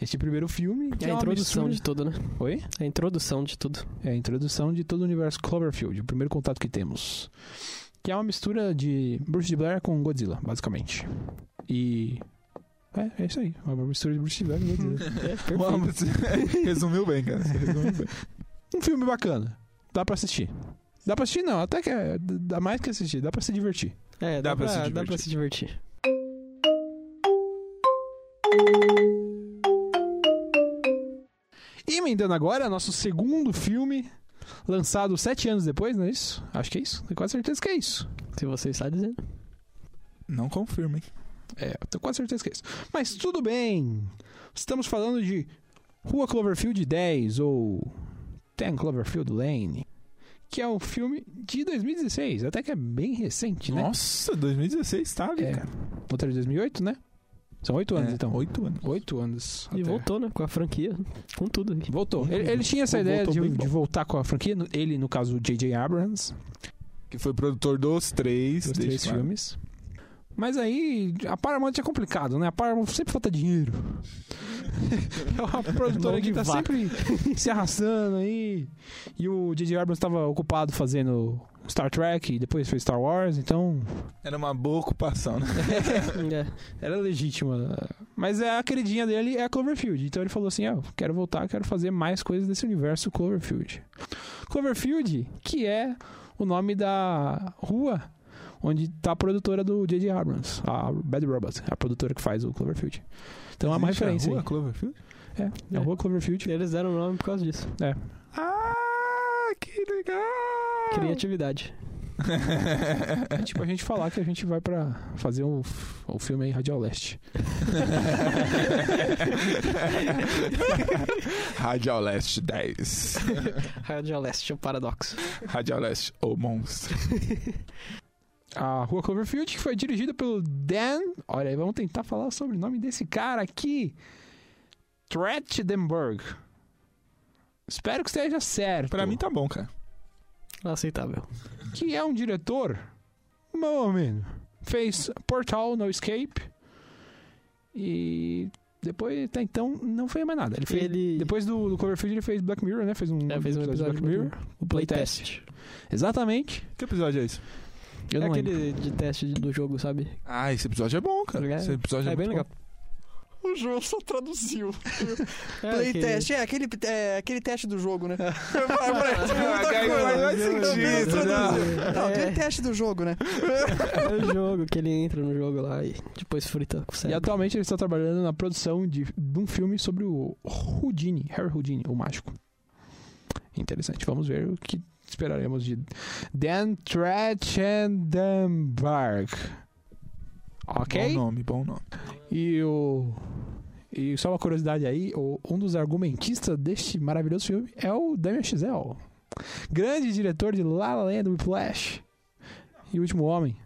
este primeiro filme. Que
É a
um
uma
introdução de
mistura-
tudo, né?
Oi?
É a introdução de tudo.
É a introdução de todo o universo Cloverfield, o primeiro contato que temos. Que é uma mistura de Bruce de Blair com Godzilla, basicamente. E. É, é isso aí. Uma mistura de Bruce de Blair com Godzilla.
Vamos. Resumiu bem, cara. Você resumiu bem.
um filme bacana. Dá pra assistir. Dá pra assistir, não. Até que é. Dá mais que assistir. Dá pra se divertir.
É,
Dá
dá,
pra
pra,
se
dá
divertir.
pra se divertir.
E emendando agora, nosso segundo filme, lançado sete anos depois, não é isso? Acho que é isso. Tenho quase certeza que é isso.
Se você está dizendo.
Não confirma, hein?
É, eu tenho quase certeza que é isso. Mas tudo bem. Estamos falando de Rua Cloverfield 10 ou 10 Cloverfield Lane, que é um filme de 2016, até que é bem recente, né?
Nossa, 2016 tá ali,
É.
cara.
Outro de 2008, né? São oito anos,
É,
então.
Oito anos.
Oito anos.
E
até.
voltou, né? Com a franquia, com tudo. aí.
Voltou. Ele, ele tinha essa
Voltou
ideia de,
bem bom.
de voltar com a franquia. no- Ele, no caso, o J.J. Abrams,
Que foi produtor dos três.
dos
deixa
três
claro.
filmes. Mas aí, a Paramount é complicado, né? A Paramount sempre falta dinheiro. é uma produtora
Mão
que
de
tá
vaca.
sempre se arrastando aí. E o J.J. Abrams tava ocupado fazendo Star Trek e depois fez Star Wars, então...
Era uma boa ocupação, né?
É.
Era legítima. Mas é, a queridinha dele é a Cloverfield. Então ele falou assim: ah, eu quero voltar, quero fazer mais coisas desse universo Cloverfield. Cloverfield, que é o nome da rua onde tá a produtora do J.J. Abrams, a Bad Robot, a produtora que faz o Cloverfield. Então é uma
Existe a
referência.
Rua
aí.
Cloverfield?
É, é a rua Cloverfield.
Eles deram o nome por causa disso.
É. Ah, que legal!
Criatividade.
É tipo a gente falar que a gente vai pra fazer o um, um filme aí Radial Leste.
Radial Leste 10.
Rádio Leste, o paradoxo.
Radial Leste, o monstro.
A Rua Cloverfield, que foi dirigida pelo Dan. Olha aí, vamos tentar falar sobre o nome desse cara aqui. Trachtenberg. Espero que esteja certo.
Pra mim tá bom, cara.
Aceitável.
Que é um diretor. Meu amigo. Fez Portal No Escape. E depois, até então, não fez mais nada. Ele fez.
Ele
Depois do, do Cloverfield, ele fez Black Mirror, né? Fez um,
é, fez um
de
episódio de
Black Mirror.
o playtest.
Exatamente.
Que episódio é esse?
Eu
é
não
aquele
lembro.
de teste de- do jogo, sabe?
Ah, esse episódio é bom, cara.
É.
Esse episódio é,
É bem
muito
legal.
O João só traduziu.
É
Playtest, é aquele, é aquele teste do jogo, né? Parece
Ah,
muita
cara,
coisa.
mas faz
Também
sentido,
traduziu.
né?
Não,
É.
aquele teste do jogo, né?
É o jogo que ele entra no jogo lá e depois frita com o
E
cérebro.
atualmente ele está trabalhando na produção de, de um filme sobre o Houdini, Harry Houdini, o mágico. Interessante. Vamos ver o que esperaremos de Dan Trachtenberg.
Bom
Ok?
nome, bom nome.
E o. E só uma curiosidade aí, o- um dos argumentistas deste maravilhoso filme é o Damien Chazelle. Grande diretor de La La Land, Whiplash e O Último Homem.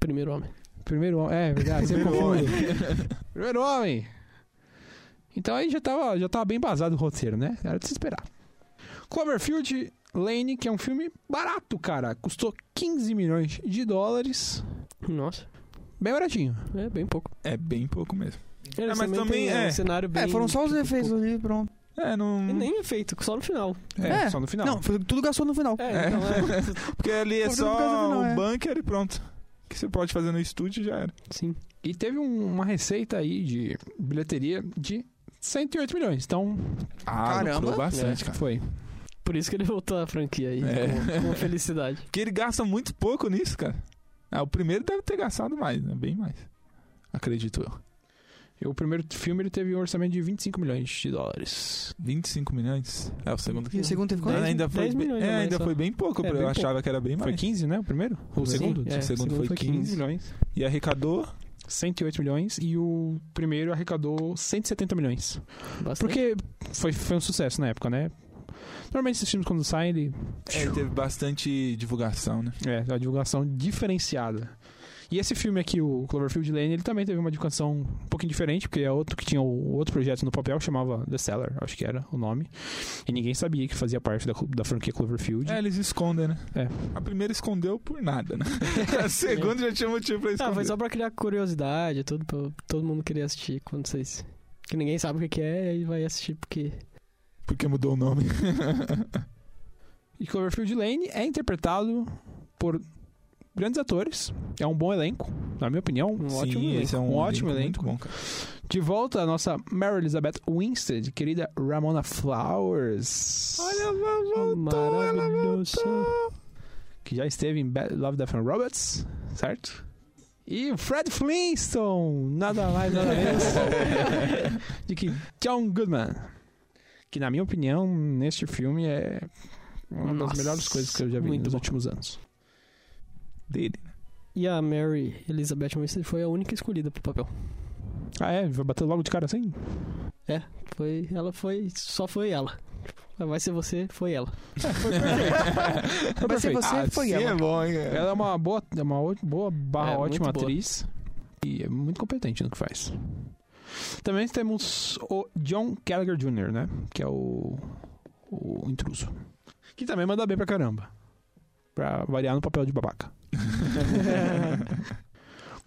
Primeiro homem.
Primeiro homem. É, verdade. sempre
Primeiro
confundo. Primeiro homem. Então aí já tava, já tava bem basado o roteiro, né? Era de se esperar. Cloverfield Lane, que é um filme barato, cara. Custou 15 milhões de dólares.
Nossa,
Bem baratinho.
é bem pouco.
É bem pouco mesmo.
Eles
mas também
têm
é.
um cenário bem...
É, foram só os efeitos ali, pronto.
É, não.
E nem efeito, só no final.
É,
É.
só no final.
Não, foi- tudo gastou no final.
É, então é.
Porque ali é
Porque não fica
só
fazendo,
um
é.
bunker e pronto. O que você pode fazer no estúdio já era.
Sim.
E teve um- uma receita aí de bilheteria de 108 milhões. Então,
Ah,
Caramba.
lucrou
É
bastante, cara.
foi.
Por isso que ele voltou à franquia aí,
É.
com, com felicidade.
Porque ele gasta muito pouco nisso, cara. Ah, o primeiro deve ter gastado mais, né? Bem mais. Acredito eu.
E o primeiro filme ele teve um orçamento de 25 milhões de dólares.
25 milhões? É, o segundo
E o segundo teve quanto?
Ainda, ainda foi,
10
bem,
milhões
é,
a mais
ainda
só.
foi bem pouco.
É,
eu
bem pouco.
achava que era bem mais.
Foi 15, né? O primeiro? O
Sim,
segundo?
é,
o segundo foi 15.
milhões.
E arrecadou
108 milhões e o primeiro arrecadou 170 milhões.
Bastante.
Porque foi, foi um sucesso na época, né? Normalmente esses filmes quando saem, ele
É, ele teve bastante divulgação, né?
é uma divulgação diferenciada. E esse filme aqui, o Cloverfield Lane, ele também teve uma divulgação um pouquinho diferente, porque é outro que tinha o- outro projeto no papel, chamava The Seller, acho que era o nome. E ninguém sabia que fazia parte da, da franquia Cloverfield.
É, eles escondem, né?
É.
A primeira escondeu por nada, né? A segunda já tinha motivo pra esconder.
Ah, foi só pra criar curiosidade, tudo, pra todo mundo querer assistir quando vocês. Que ninguém sabe o que que é e vai assistir porque.
Porque mudou o nome.
E Cloverfield Lane é interpretado por grandes atores. É um bom elenco, na minha opinião. Um
Sim,
ótimo elenco.
esse é um,
ótimo
elenco.
elenco.
Muito bom, cara.
De volta a nossa Mary Elizabeth Winstead, querida Ramona Flowers.
Olha, ela voltou, ela
Maravilhoso.
voltou.
Que já esteve em Bad- Love, Death and Robots, certo? E o Fred Flintstone, nada mais, nada menos. de que John Goodman. que na minha opinião, neste filme é uma
Nossa,
das melhores coisas que eu já vi
muito
nos
bom.
últimos anos.
Dele.
E a Mary Elizabeth Winstead foi a única escolhida pro papel.
Ah, é? Vai bater logo de cara assim?
Foi, ela foi, só foi ela. Tipo, Vai ser você, foi ela.
Mas se você foi
Ah,
ela.
bom, hein? cara?
Ela Ah, é uma boa, é uma ó- boa barra
É, muito
ótima
boa.
atriz. E é muito competente no que faz. Também temos o John Gallagher Jr., né? Que é o, o intruso. Que também manda bem pra caramba. Pra variar no papel de babaca.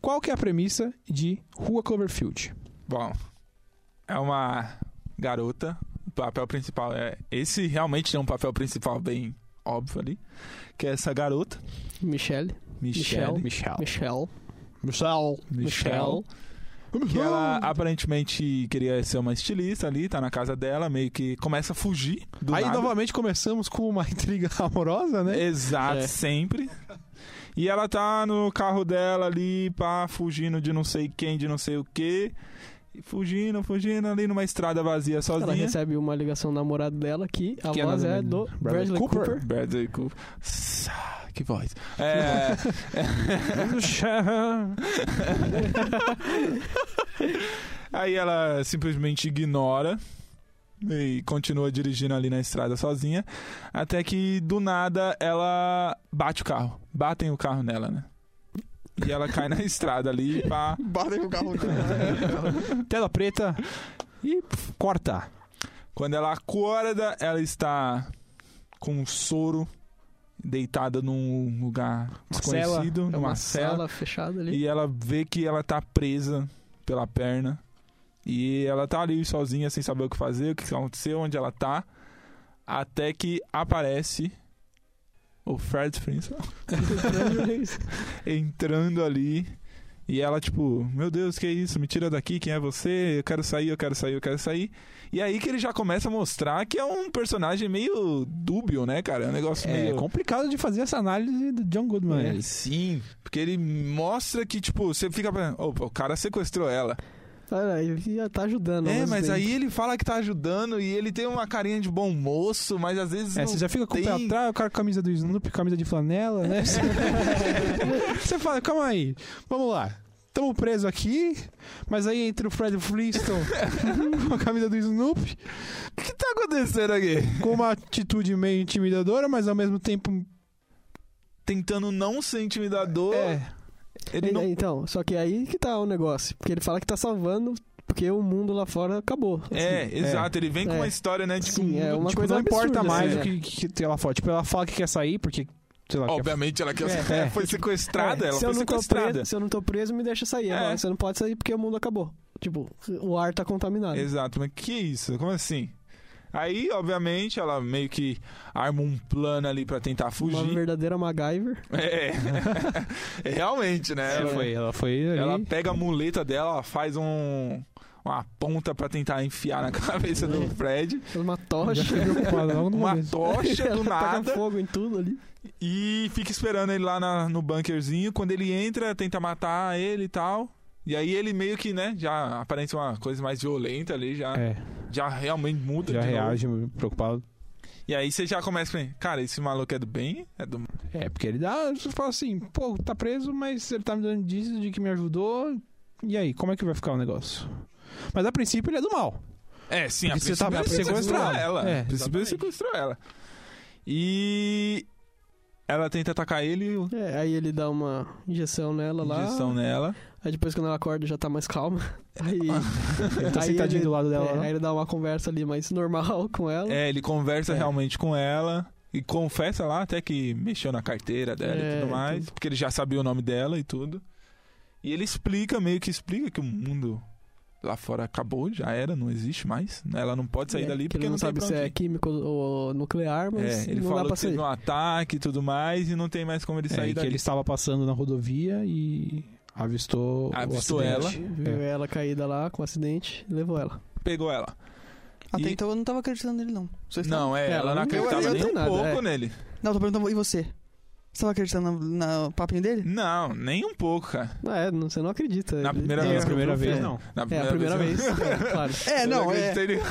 Qual que é a premissa de Rua Cloverfield?
Bom, é uma garota. O papel principal é. Esse realmente tem um papel principal bem óbvio ali. Que é essa garota,
Michelle,
Michelle.
Michelle.
Michelle,
Michelle.
Michelle.
Que ela aparentemente queria ser uma estilista ali, tá na casa dela, meio que começa a fugir do
Aí
nada.
novamente começamos com uma intriga amorosa, né?
Exato,
É.
sempre. E ela tá no carro dela ali, pá, fugindo de não sei quem, de não sei o quê. E Fugindo, fugindo ali numa estrada vazia
Ela
sozinha.
recebe uma ligação do namorado dela que a
Que é
voz
nada
é
menos
do
Bradley
Bradley Cooper.
Cooper.
Bradley Cooper. Sá, Que voz. É. Eh. Aí ela simplesmente ignora e continua dirigindo ali na estrada sozinha. Até que do nada ela bate o carro. Batem o carro nela, né? E ela cai na estrada ali pá.
Bota com o carro.
Tela preta. E pf, corta.
Quando ela acorda, ela está com um soro deitada num lugar desconhecido,
É
numa
uma
cela.
sala fechada ali.
E ela vê que ela tá presa pela perna. E ela tá ali sozinha, sem saber o que fazer, o que aconteceu, onde ela tá. Até que aparece o Fred Flintstone entrando ali. E ela, tipo, meu Deus, que isso? Me tira daqui, quem é você? Eu quero sair, eu quero sair, eu quero sair. E aí que ele já começa a mostrar que é um personagem meio dúbio, né, cara? É um negócio
É
meio.
complicado de fazer essa análise do John Goodman.
É.
Sim, porque ele mostra que, tipo, você fica pensando, opa, o cara sequestrou ela.
Olha, ele já tá ajudando.
É,
mas
mas
bem.
aí ele fala que tá ajudando e ele tem uma carinha de bom moço, mas às vezes.
É,
não
você já fica com o pé
tem-
atrás, o cara com camisa do Snoop, camisa de flanela, né? você fala, calma aí, vamos lá. Tamo preso aqui, mas aí entra o Fred Flintstone com a camisa do Snoop,
O que tá acontecendo aqui?
com uma atitude meio intimidadora, mas ao mesmo tempo.
Tentando não ser intimidador.
É,
Ele não.
Então, só que aí que tá o negócio. Porque ele fala que tá salvando porque o mundo lá fora acabou.
É, exato, ele vem com
É.
uma história, né? Tipo,
Sim, é uma
tipo,
coisa
não importa
absurda,
mais
assim,
o
é.
que, que, que ela fala. Tipo, ela fala que quer sair, porque. Sei lá, quer
obviamente ela quer.
É.
É, foi sequestrada,
É,
ela
se,
foi
eu não tô
sequestrada.
preso, se eu não tô preso, me deixa sair.
É.
Agora você não pode sair porque o mundo acabou. Tipo, o ar tá contaminado.
Exato, mas que isso? Como assim? Aí, obviamente, ela meio que arma um plano ali pra tentar
Uma
fugir.
verdadeira MacGyver.
É. Realmente, né?
Ela
Ela-
foi, ela foi ali.
Ela pega a muleta dela, ela faz um, uma ponta pra tentar enfiar na cabeça
É.
do Fred,
Uma
já
tocha.
foi preocupada logo no
uma
começo.
tocha do
Ela taca
nada
fogo em tudo ali.
e fica esperando ele lá na- no bunkerzinho. Quando ele entra, tenta matar ele e tal. E aí ele meio que, né, já aparece uma coisa mais violenta ali, já,
É,
já realmente muda
já
de novo.
reage preocupado.
E aí você já começa com, cara, esse maluco é do bem? É do mal?"
É, porque ele dá, você fala assim, pô, tá preso, mas ele tá me dando indícios de que me ajudou. E aí, como é que vai ficar o negócio? Mas a princípio ele é do mal.
É, sim,
Porque você
princípio
tá
ele sequestrou
sequestrado.
ela.
É,
a princípio ele
exatamente.
sequestrou ela. E ela tenta atacar ele e
É, aí ele dá uma injeção nela lá.
injeção nela.
Aí depois quando ela acorda já tá mais calma. Aí,
Ele tá
Aí
sentadinho
ele-
do lado dela.
é,
né?
aí ele dá uma conversa ali mais normal com ela.
É, ele conversa
É.
realmente com ela e confessa lá até que mexeu na carteira dela
É,
e tudo mais,
tudo.
porque ele já sabia o nome dela e tudo. E ele explica, meio que explica que o mundo lá fora acabou, já era, não existe mais. né? Ela não pode sair
É,
dali
que
porque
ele não,
tem
sabe
pra
se
onde
é
ir.
químico ou nuclear, mas
É, ele
não dá
falou
pra
que
sair.
teve um ataque e tudo mais e não tem mais como ele
É,
sair
e que
dali.
ele estava passando na rodovia e avistou. o
Avistou
acidente.
É.
Viu ela caída lá com um acidente e levou ela.
Pegou ela.
Até
E-
então eu não tava acreditando nele, não. Vocês tavam?
Não, é,
Ela
ela,
não
não acreditava
acredita
nem
em
um
nada,
pouco
é.
nele.
Não, eu tô perguntando, e você? Você tava acreditando no, no papinho dele?
Não, nem um pouco, cara.
Ah, é, não, você não acredita.
Na
Ele-
primeira
é,
É,
vez
a
que
primeira vez,
é.
não.
Na
É, a primeira vez, é, claro.
É,
eu
não, é.
acreditei nele.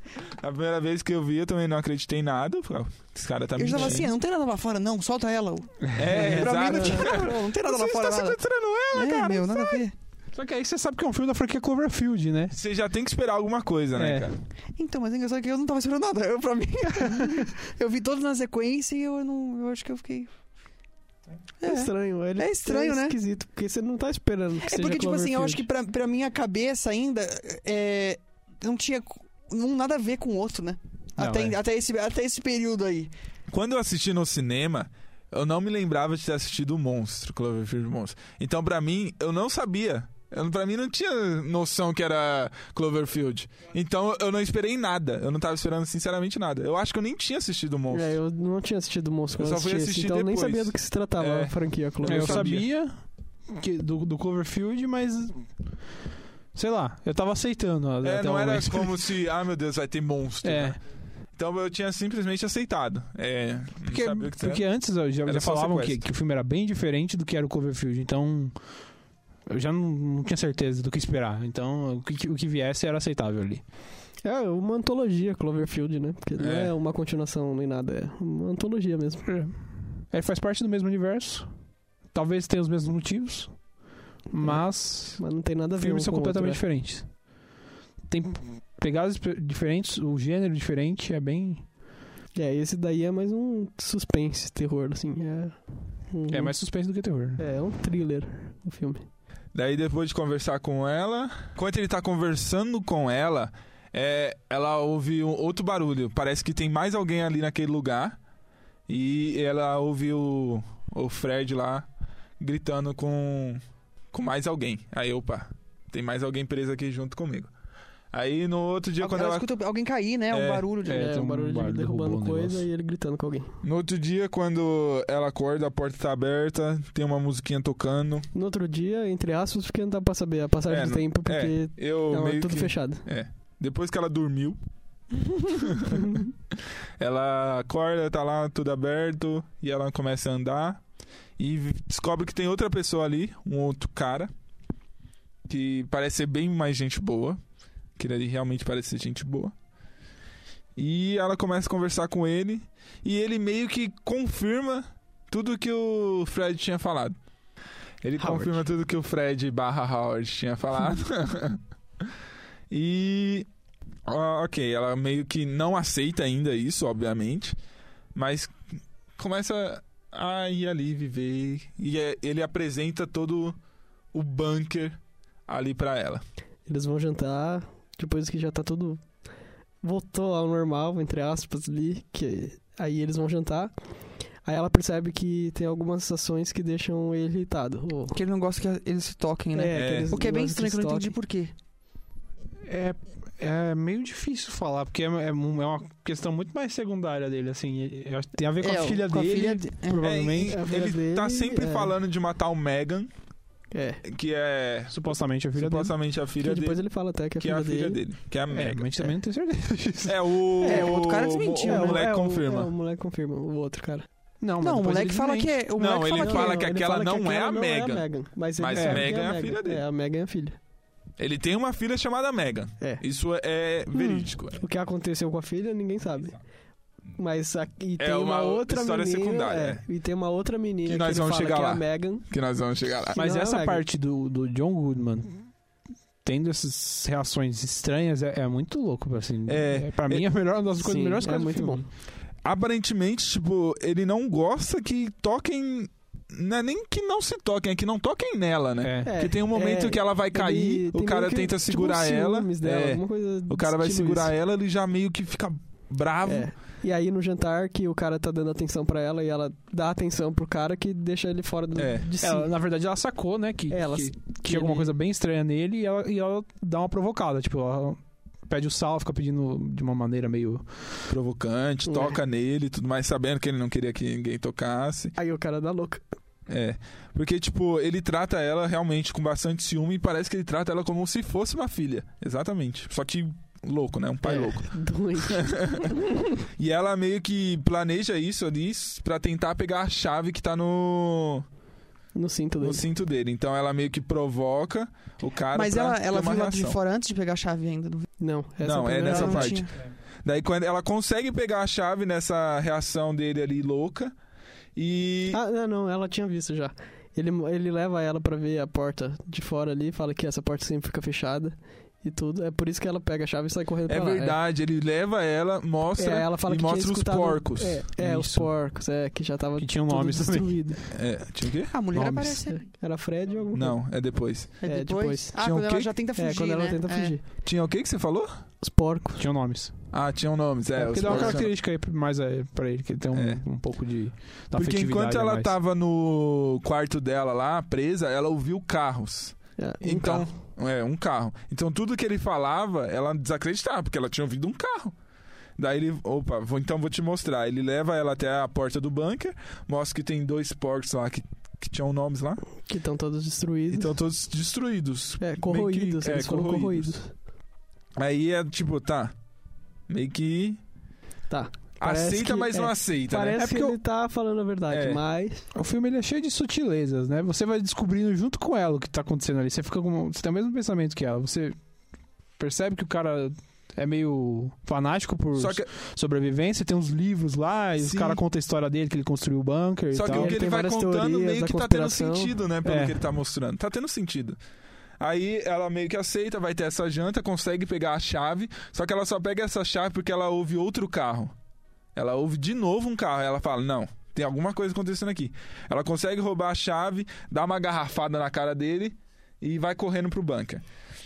A primeira vez que eu vi, eu também não acreditei em nada. Eu falei, "Ah, Esse cara tá
Eu já
mentindo.
tava assim, ah, não tem nada lá fora, não, solta ela.
É,
pra mim
exato.
não tinha, não, não tem nada lá
Você
fora.
está
Nada.
sequestrando ela,
É,
cara. tá
meu, nada a ver.
Só que aí você sabe que é um filme da franquia Cloverfield, né?
Você já tem que esperar alguma coisa, né,
É.
cara?
Então, mas é engraçado que eu não tava esperando nada. Eu, pra mim, eu vi todos na sequência e eu não. Eu acho que eu fiquei.
É estranho, ele
É estranho, né?
esquisito, porque você não tá esperando que
É
seja
porque, tipo assim, eu acho que
Cloverfield.
pra, pra minha cabeça ainda é, não tinha não, nada a ver com o outro, né?
Não,
até,
é.
até, esse, até esse período aí.
Quando eu assisti no cinema, eu não me lembrava de ter assistido o Monstro, Cloverfield Monstro. Então, pra mim, eu não sabia. Eu, pra mim, não tinha noção que era Cloverfield. Então, eu não esperei nada. Eu não tava esperando, sinceramente, nada. Eu acho que eu nem tinha assistido o Monstro.
É, eu não tinha assistido o Monstro
Eu
quando
só fui
assisti esse,
assistir
então eu nem
depois.
sabia do que se tratava
É.
a franquia
É,
Cloverfield.
eu
sabia.
sabia que do, do Cloverfield, mas. Sei lá, eu tava aceitando.
É,
até
não
o
era
momento.
como se, ah, meu Deus, vai ter monstro.
É,
né? Então, eu tinha simplesmente aceitado. É, não
porque,
sabia o que
porque antes eu já,
Era
já
só
falavam que,
sequestro.
que o filme era bem diferente do que era o Cloverfield, então. Eu já não, não tinha certeza do que esperar. Então, o que, o que viesse era aceitável ali.
É uma antologia Cloverfield, né? Porque não
É.
é uma continuação nem nada, é uma antologia mesmo.
É.
Ele É, faz parte do mesmo universo. Talvez tenha os mesmos motivos. É. Mas.
Mas não tem nada a ver um
filmes são
com o outro,
completamente
né?
diferentes. Tem pegadas pe- diferentes, o gênero diferente é bem.
É, esse daí é mais um suspense, terror, assim. É, um-
É mais suspense do que terror.
É, é um thriller o filme.
Daí depois de conversar com ela, enquanto ele tá conversando com ela, é, ela ouve um outro barulho. Parece que tem mais alguém ali naquele lugar. E ela ouve o, o Fred lá gritando com, com mais alguém. Aí, opa, tem mais alguém preso aqui junto comigo. Aí no outro dia,
Al-
quando
ela
ela,
escuta alguém cair, né?
É,
um barulho de.
É,
É,
tem
um barulho de
barulho derrubando
derrubando
um
coisa
negócio.
e ele gritando com alguém.
no outro dia, quando ela acorda, a porta tá aberta, tem uma musiquinha tocando.
No outro dia, entre aspas, porque não dá pra saber a passagem
É,
do
não-
tempo, porque
Eu
não, é
meio
tudo
que...
fechado.
Depois que ela dormiu, ela acorda, tá lá tudo aberto e ela começa a andar e v- descobre que tem outra pessoa ali, um outro cara que parece ser bem mais gente boa, que ele ali realmente parece ser gente boa. E ela começa a conversar com ele e ele meio que confirma tudo que o Fred tinha falado. Ele
Howard.
confirma tudo que o Fred barra Howard tinha falado. e. ó, Ah, ok, ela meio que não aceita ainda isso, obviamente. Mas começa a ir ali viver. E é- ele apresenta todo o bunker ali pra ela.
Eles vão jantar, depois que já tá tudo. Voltou ao normal, entre aspas, ali. Que... Aí eles vão jantar. Aí ela percebe que tem algumas ações que deixam ele irritado. Ou-
Porque ele não gosta que eles se toquem, né?
É,
É.
aqueles
o que é bem
negócios de
estranho, que eu não
estoque.
entendi por quê.
É, é meio difícil falar, porque é, é um- é uma questão muito mais secundária dele, assim. Eu acho que Tem a ver com
É,
a filha
com a
dele,
filha de- é.
provavelmente.
É, a filha
ele
dele,
tá sempre
é.
falando de matar o Megan,
É.
que é
Supostamente a filha
supostamente a filha
Que depois
dele,
ele fala até que é a
que é
filha
a filha
dele.
dele, que é a
dele. É,
Megan.
mas também não tenho certeza disso.
É, o,
É, o outro cara desmentiu,
o,
né?
o moleque
é,
confirma.
O, é, o moleque confirma, o outro cara.
mas
Não, o
depois
moleque
ele
fala
desmente.
que é. O
Não,
moleque
ele
fala que
fala
não,
que
ele
aquela não é a
aquela não
Megan.
Mas, ele
Mas
sabe que
Megan é a filha dele.
É, a Megan é a filha.
Ele tem uma filha chamada Megan.
É.
Isso é verídico.
O que aconteceu com a filha, ninguém sabe. Mas aqui
É
tem uma,
uma
outra
história
menina,
secundária,
é, E tem uma outra menina
Que
que,
nós
ele
vamos
fala
chegar
que é
lá.
a Megan.
Que nós vamos chegar lá.
Mas
Não,
essa
é,
parte do, do John Goodman tendo essas reações estranhas é, é muito louco, assim.
É.
pra mim é a melhor, uma das coisas,
Sim,
melhores
é
coisas do
muito
filme.
bom.
Aparentemente, tipo, ele não gosta que toquem. Não é nem que não se toquem, é que não toquem nela, né?
É.
É,
Porque tem um momento
é,
que ela vai cair,
ele
o
tem
cara
meio que,
tenta
tipo,
segurar
uns
ela.
ciúmes dela,
é.
alguma coisa
O cara vai
estilo
segurar
isso.
ela, ele já meio que fica bravo.
É. E aí no jantar que o cara tá dando atenção pra ela e ela dá atenção pro cara que deixa ele fora do,
É.
de si.
Ela, na verdade, ela sacou, né, que,
É, Ela-
que,
que
tinha alguma
ele-
coisa bem estranha nele e ela, e ela dá uma provocada. Tipo, ela pede o sal, fica pedindo de uma maneira meio...
Provocante,
É.
toca nele e tudo mais, sabendo que ele não queria que ninguém tocasse.
Aí o cara dá louca.
É. Porque, tipo, ele trata ela realmente com bastante ciúme e parece que ele trata ela como se fosse uma filha. Exatamente. Só que louco, né? Um pai
É.
louco.
Doente.
E ela meio que planeja isso ali pra tentar pegar a chave que tá no,
No cinto dele.
no cinto dele. Então ela meio que provoca o cara
Mas
pra
ela,
ter
ela
uma
viu lá de
reação.
fora antes de pegar a chave ainda. Não, viu?
Não, essa
Não, é
primeira
nessa
ela
não
parte.
tinha.
Daí quando ela consegue pegar a chave nessa reação dele ali louca e
Ah, não, não, ela tinha visto já. Ele, ele leva ela pra ver a porta de fora ali, fala que essa porta sempre fica fechada e tudo. É por isso que ela pega a chave e sai correndo
é
pra lá.
verdade, ele leva ela, mostra
É, ela
e
fala que
mostra
tinha
os
escutado-
porcos.
É, é, os
Isso.
porcos, é, que já tava
Que tinha um
tudo
nome também.
destruído.
É, tinha o quê?
A Ah, mulher
Nomes.
aparece ali.
Era Fred ou algum
Não, é depois.
É
É,
depois.
depois.
Ah,
Tinha um
quando ela
quê?
já tenta fugir,
É, quando ela
né?
tenta
É.
fugir.
Tinha o que que você falou?
Os porcos.
Tinham um nomes.
Ah, tinham nomes, é.
É,
os
porque dá uma
porcos.
característica aí mais aí pra ele, que ele tem um,
É.
um pouco de. Da
Porque
afetividade
enquanto
a
ela
mais.
tava no quarto dela lá, presa, ela ouviu carros.
É, um
então,
carro.
é, um carro. Então tudo que ele falava, ela desacreditava, porque ela tinha ouvido um carro. Daí ele, opa, vou, então vou te mostrar. Ele leva ela até a porta do bunker, mostra que tem dois porcos lá que, que tinham nomes lá.
que estão todos destruídos.
Então todos destruídos.
é, corroídos,
que- é,
eles foram
corroídos.
corroídos.
Aí é tipo, tá. Meio que.
Tá. Parece
Aceita,
que-
mas não
é,
aceita, né?
Parece
É porque
que
eu-
ele tá falando a verdade,
É.
mas
O filme ele é cheio de sutilezas, né? Você vai descobrindo junto com ela o que tá acontecendo ali. Você fica com. Você tem o mesmo pensamento que ela. Você percebe que o cara é meio fanático por
Só que
sobrevivência, tem uns livros lá, e os
Sim.
cara conta a história dele, que ele construiu o bunker e
Só que
tal.
o que
Então, Ele
ele
tem
vai
várias
contando
teorias
meio
da
que tá tendo
conspiração.
sentido, né? Pelo
É.
que ele tá mostrando. Tá tendo sentido. Aí ela meio que aceita, vai ter essa janta, consegue pegar a chave. Só que ela só pega essa chave porque ela ouve outro carro. Ela ouve de novo um carro. Ela fala: Não, tem alguma coisa acontecendo aqui. Ela consegue roubar a chave, dá uma garrafada na cara dele e vai correndo pro bunker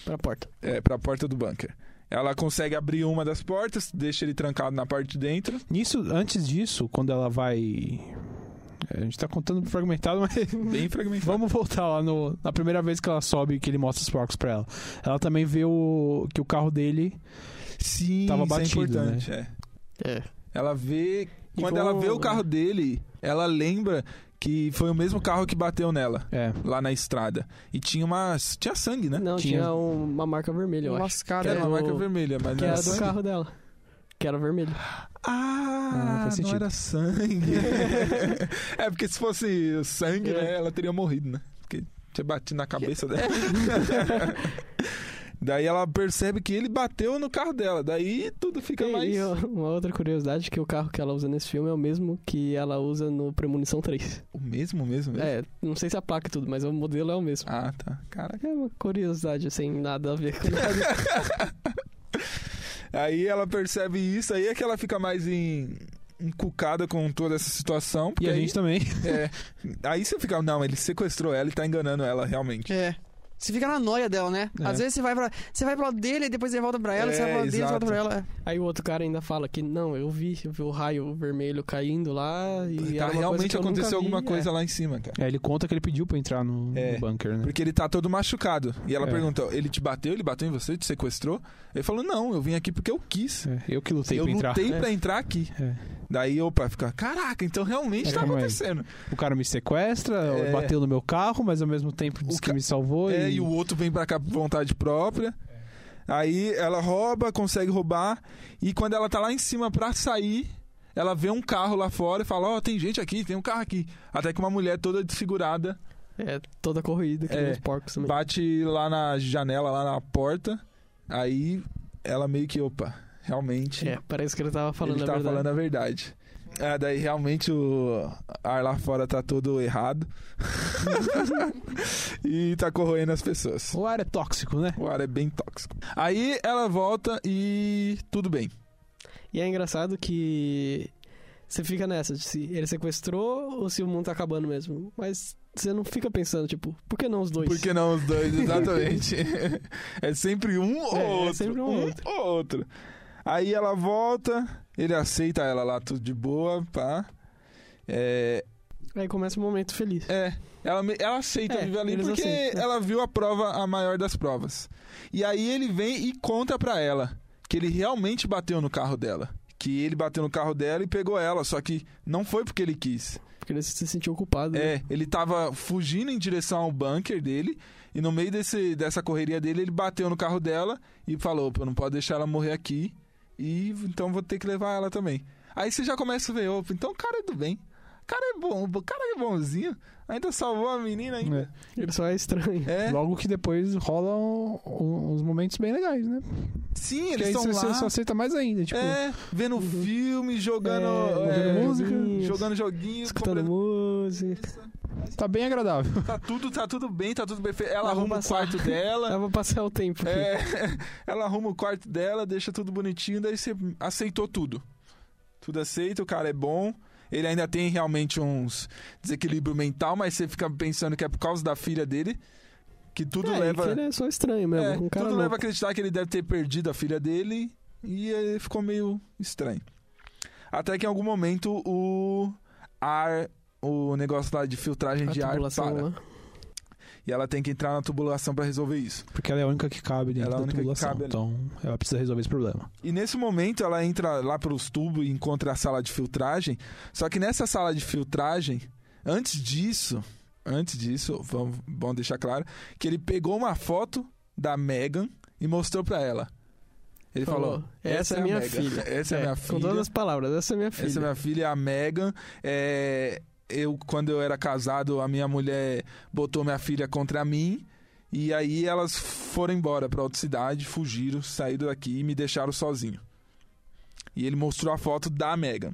pra porta.
é, pra porta do bunker. Ela consegue abrir uma das portas, deixa ele trancado na parte de dentro.
Nisso, antes disso, quando ela vai. é, A gente tá contando fragmentado, mas
Bem fragmentado.
Vamos voltar lá no, na primeira vez que ela sobe e que ele mostra os porcos pra ela. Ela também vê o, que o carro dele.
Sim,
Tava
isso
batido,
é
né?
importante. É.
É.
Ela vê.
E
Quando
vou-
ela vê o carro dele, ela lembra que foi o mesmo carro que bateu nela,
É.
lá na estrada. E tinha uma. Tinha sangue, né?
Não, tinha,
Tinha-
uma marca vermelha, eu acho.
Lascada.
é
era uma
do-
marca vermelha, mas
Que
não era
era do
sangue.
carro dela. Que era vermelho.
Ah,
Ah,
faz
não
sentido.
era sangue. é porque se fosse sangue,
É.
né, ela teria morrido, né? Porque tinha batido na cabeça dela. Daí ela percebe que ele bateu no carro dela. Daí tudo fica
E-
mais.
E ó, uma outra curiosidade que o carro que ela usa nesse filme é o mesmo que ela usa no Premonição 3.
O mesmo, mesmo, mesmo.
É, não sei se a placa e tudo, mas o modelo é o mesmo.
Ah, tá. Caraca.
É uma curiosidade sem nada a ver com nada.
Aí ela percebe isso, aí é que ela fica mais em- encucada com toda essa situação.
E
porque
a
aí,
gente também.
é, aí você fica, não, ele sequestrou ela e tá enganando ela realmente.
É. Você fica na noia dela, né?
É.
Às vezes você vai, pra, você vai pro lado dele e depois ele volta pra ela,
É,
você vai pro lado dele e
exato.
volta pra ela. É.
Aí o outro cara ainda fala que não, eu vi, eu vi o raio vermelho caindo lá e
Cara,
era uma coisa que
Tá, realmente
eu nunca
aconteceu
vi,
alguma
é.
coisa lá em cima, cara.
É, ele conta que ele pediu pra entrar no,
É.
no bunker, né?
Porque ele tá todo machucado. E ela
É.
pergunta: ele te bateu? Ele bateu em você? Te sequestrou? Ele falou: não, eu vim aqui porque eu quis.
É, eu que lutei
eu
pra entrar.
lutei pra entrar aqui.
É.
Daí, opa, fica: caraca, então realmente
É,
tá
calma aí.
acontecendo.
O cara me sequestra,
É.
bateu no meu carro, mas ao mesmo tempo disse
O
que
ca-
me salvou.
É,
e...
e o outro vem pra cá por vontade própria. Aí ela rouba, consegue roubar. E quando ela tá lá em cima pra sair, ela vê um carro lá fora e fala: Ó, tem gente aqui, tem um carro aqui. Até que uma mulher toda desfigurada
É, toda corroída, que nem
É.
os porcos também.
bate lá na janela, lá na porta. Aí ela meio que, opa, realmente.
É, parece que ele tava falando
ele
a
tá
verdade.
falando a verdade. É, daí realmente o ar lá fora tá todo errado. e tá corroendo as pessoas.
O ar é tóxico, né?
O ar é bem tóxico. Aí ela volta e tudo bem.
E é engraçado que você fica nessa, de se ele sequestrou ou se o mundo tá acabando mesmo. Mas você não fica pensando, tipo, por que não os dois?
Por que não os dois? Exatamente. é sempre um ou
É, é
outro.
sempre um ou outro.
ou outro. Aí ela volta, ele aceita ela lá, tudo de boa, pá. É,
Aí começa um momento feliz.
é, ela, me- ela aceita
É,
viver ali
eles
porque
aceitam, é.
ela viu a prova, a maior das provas. E aí ele vem e conta pra ela que ele realmente bateu no carro dela. Que ele bateu no carro dela e pegou ela, só que não foi porque ele quis.
Porque ele se sentiu culpado. né?
É, ele tava fugindo em direção ao bunker dele e no meio desse, dessa correria dele ele bateu no carro dela e falou: "Pô, não pode deixar ela morrer aqui e então vou ter que levar ela também". Aí você já começa a ver, opa, então o cara é do bem. O cara é bom, o cara é bonzinho. Ainda salvou a menina ainda.
Ele só é estranho.
É.
Logo que depois rolam um- uns momentos bem legais, né?
Sim,
que
eles
aí
estão
você
lá.
só aceita mais ainda, tipo,
É, vendo filme, jogando,
É,
é,
ouvindo música.
jogando joguinho,
Escutando
comprando-
música.
tá bem agradável.
tá tudo, tá tudo bem, tá tudo bem. feito. Ela
Dá pra
arruma o
passar.
quarto
Dá
dela.
pra passar o tempo. aqui.
é, ela arruma o quarto dela, deixa tudo bonitinho, daí você aceitou tudo. Tudo aceita, o cara é bom. Ele ainda tem realmente uns desequilíbrio mental, mas você fica pensando que é por causa da filha dele que tudo
É, e
leva.
que ele é só estranho mesmo.
É,
um cara
tudo
louco.
leva a acreditar que ele deve ter perdido a filha dele e ele ficou meio estranho. Até que em algum momento o ar, o negócio lá de filtragem de
a
ar
tubulação né?
para.
lá.
E ela tem que entrar na tubulação pra resolver isso.
Porque ela é a única que cabe dentro
Ela é a
da
única que
tubulação.
cabe ali.
então ela precisa resolver esse problema.
E nesse momento ela entra lá pelos tubos e encontra a sala de filtragem. Só que nessa sala de filtragem, antes disso, antes disso, vamos, bom deixar claro que ele pegou uma foto da Megan e mostrou pra ela. Ele falou:
Essa é
a
minha
Megan,
filha.
Essa é, a minha
Com
filha.
todas as palavras, essa é minha filha.
Essa é minha filha, a Megan. É, eu, quando eu era casado, a minha mulher botou minha filha contra mim. E aí elas foram embora pra outra cidade, fugiram, saíram daqui e me deixaram sozinho. E ele mostrou a foto da Megan.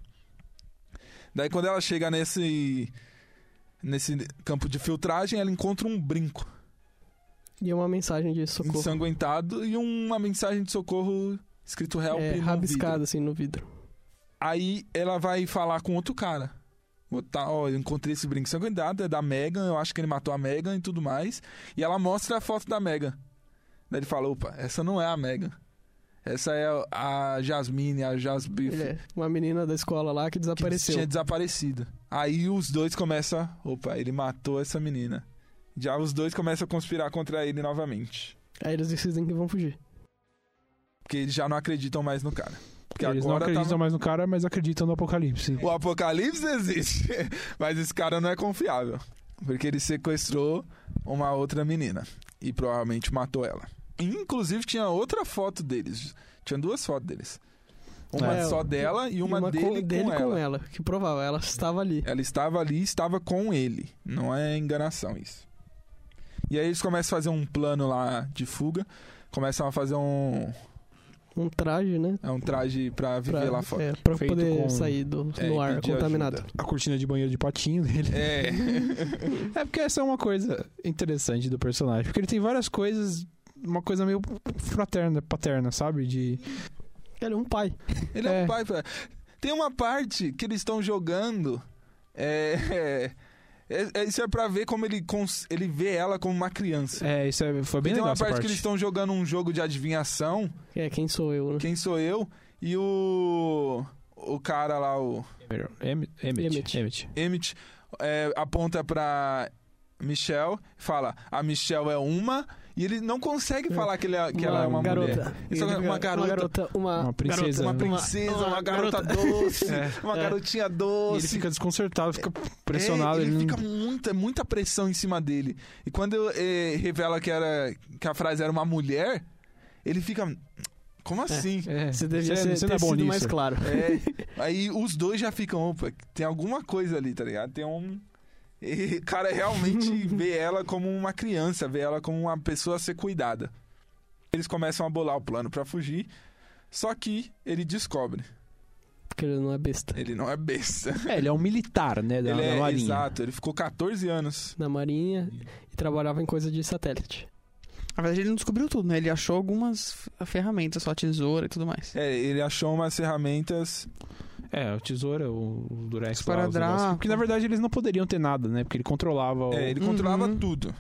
Daí quando ela chega nesse nesse campo de filtragem, ela encontra um brinco
E é uma mensagem de socorro.
ensanguentado e uma mensagem de socorro escrito help
é,
um no vidro.
rabiscada assim no vidro.
Aí ela vai falar com outro cara. Ó, Tá, ó, eu encontrei esse brinco sanguinário, é da Megan, eu acho que ele matou a Megan e tudo mais. E ela mostra a foto da Megan. Daí ele fala, opa, essa não é a Megan. Essa é a Jasmine, a Jasbife.
Ele é uma menina da escola lá que
que
desapareceu.
tinha desaparecido. Aí os dois começam, opa, ele matou essa menina. Já os dois começam a conspirar contra ele novamente.
Aí eles decidem que vão fugir.
Porque eles já não acreditam mais no cara. Porque
eles não
agora
acreditam
tava- É.
mais no cara, mas acreditam no apocalipse.
O apocalipse existe, mas esse cara não é confiável. Porque ele sequestrou uma outra menina e provavelmente matou ela. Inclusive tinha outra foto deles. Tinha duas fotos deles. Uma
É,
só dela e uma,
e uma
dele,
co-
com,
dele
ela. É.
com ela. Que provável, ela estava ali.
Ela estava ali, estava com ele. Não é enganação isso. E aí eles começam a fazer um plano lá de fuga. Começam a fazer um,
Um traje, né?
é um traje pra viver lá fora.
é, pra
Feito
poder
com-
sair do,
É,
no ar
pedir
contaminado.
ajuda.
A cortina de banheiro de patinho dele.
É.
É porque essa é uma coisa interessante do personagem. Porque ele tem várias coisas. Uma coisa meio fraterna, paterna, sabe? De.
Ele é um pai.
Ele é,
É.
um pai. pra- Tem uma parte que eles estão jogando. É, é- é- Isso é pra ver como ele, cons- ele vê ela como uma criança.
É, isso é- foi
E
bem
tem
legal
uma
essa
parte,
parte.
que eles estão jogando um jogo de adivinhação.
É, quem sou eu, né?
Quem sou eu? E o. O cara lá, o
Em- Emmett.
Emmett.
Emmett.
Emmett, é, aponta pra Michelle, fala: a Michelle é uma. E ele não consegue
É.
falar que, ele é- que ela é uma
garota.
mulher. Isso é
Ele
uma
fica-
garota.
Uma garota, uma,
Uma princesa.
Uma
garota,
princesa, uma,
uma
garota,
garota.
doce, uma
É.
garotinha
E
doce.
ele fica desconcertado, fica pressionado.
É, ele,
ele não-
fica muita, muita pressão em cima dele. E quando eh, revela que, era, que a frase era uma mulher, ele fica. Como assim?
É,
Você devia ser,
você
ter
não é bom
sido
nisso.
mais claro.
É. Aí os dois já ficam, opa, tem alguma coisa ali, tá ligado? Tem um. E, cara, realmente vê ela como uma criança, vê ela como uma pessoa a ser cuidada. Eles começam a bolar o plano pra fugir, só que ele descobre.
Porque ele não é besta.
Ele não é besta.
É, ele é um militar, né? Da,
ele
da
é
marinha.
exato, ele ficou 14 anos
Na marinha e trabalhava em coisa de satélite.
Na verdade, ele não descobriu tudo, né? Ele achou algumas f- ferramentas, só tesoura e tudo mais.
É, ele achou umas ferramentas.
É, o tesoura, o o durex. lá, os
Esparadrapo.
negócios. Porque na verdade eles não poderiam ter nada, né? Porque ele controlava o...
É, ele
Uhum.
controlava tudo.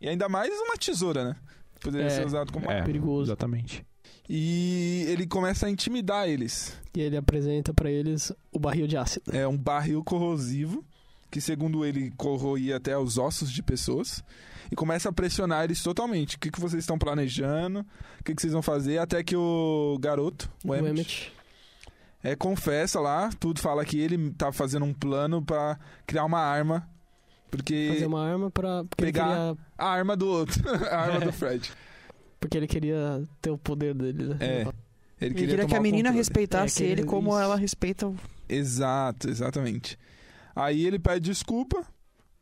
E ainda mais uma tesoura, né? Poderia
É.
ser usado como.
É,
Perigoso.
Exatamente.
E ele começa a intimidar eles.
E ele apresenta pra eles o barril de ácido.
É um barril corrosivo que, segundo ele, corroía até os ossos de pessoas. E começa a pressionar eles totalmente. O que, que vocês estão planejando? O que, que vocês vão fazer? Até que o garoto, o
O
Emmett,
Emmett.
é, confessa lá, tudo fala que ele tá fazendo um plano pra criar uma arma. Porque
Fazer uma arma pra. Porque,
Pegar-
Ele queria,
a arma do outro, a arma do Fred.
porque ele queria ter o poder dele, né?
É. Ele
Ele
queria,
queria, que
tomar
a
o
menina
controle.
É,
respeitasse
que ele-
ele como
isso.
ela respeita o.
Exato, exatamente. Aí ele pede desculpa,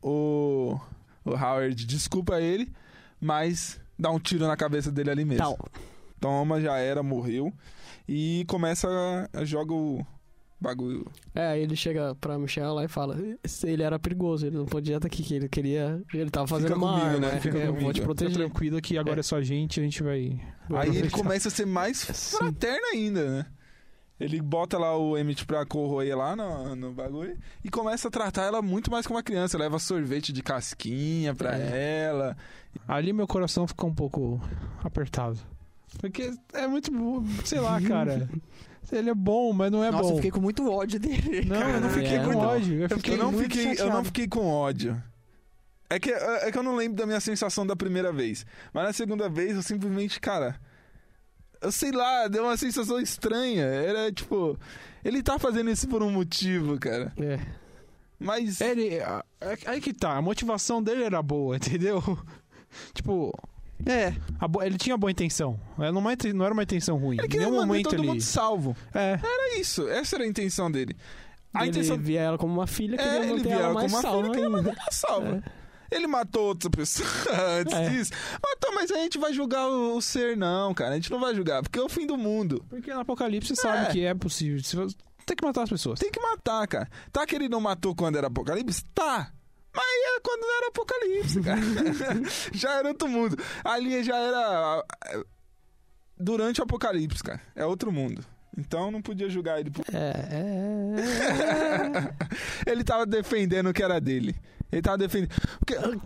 o, o Howard desculpa ele, mas dá um tiro na cabeça dele ali mesmo.
Tal.
Toma, já era, morreu. E começa, a- joga o bagulho.
É, aí ele chega pra Michelle lá e fala: "Se ele era perigoso, ele não podia estar aqui, que ele queria. Ele tava fazendo
Fica
uma
comigo,
arma,
né?
é,
Fica
eu vou
comigo. Fica
te
Fica
proteger.
tranquilo que agora é, só a gente, a gente vai.
Aí ele
aproveitar.
começa a ser mais
Sim.
fraterno ainda, né? Ele bota lá o Emmett pra corroer lá no, no bagulho e começa a tratar ela muito mais como uma criança. Leva sorvete de casquinha pra
É.
ela.
Ali meu coração ficou um pouco apertado. Porque é muito. bo- Sei lá, cara. Ele é bom, mas não é
Nossa,
bom.
eu fiquei com muito ódio dele.
Não, eu não
cara.
fiquei
é,
com
não.
ódio. Eu fiquei
eu, não
muito
fiquei, eu
chateado.
não fiquei com ódio. É que, é que eu não lembro da minha sensação da primeira vez. Mas na segunda vez eu simplesmente, cara. Eu sei lá, deu uma sensação estranha. Era tipo. Ele tá fazendo isso por um motivo, cara.
É.
Mas.
Ele. a- Aí que tá, a motivação dele era boa, entendeu? Tipo,
É,
a bo- ele tinha boa intenção. Era uma inte- Não era uma intenção ruim.
ele
Em
queria
nenhum
manter
momento
todo
ele.
mundo salvo.
É.
Era isso, essa era a intenção dele. A
ele
intenção
via ela como uma filha, queria
é, ele
manter
via
ela
ela como
mais
uma
salva
filha que ele
ainda.
mandava salva. Tá
É.
Ele matou outra pessoa antes
É.
disso. Matou, mas a gente vai julgar o, o ser, não, cara. A gente não vai julgar, porque é o fim do mundo.
Porque no Apocalipse você sabe
É.
que é possível. Se você- Tem que matar as pessoas.
Tem que matar, cara. Tá que ele não matou quando era apocalipse? Tá. Mas é quando não era apocalipse, cara. já era outro mundo. Ali já era. ah, Durante o apocalipse, cara. É outro mundo. Então não podia julgar ele por
É, é, é.
Ele tava defendendo o que era dele. Ele tava defendendo. Porque, Ô,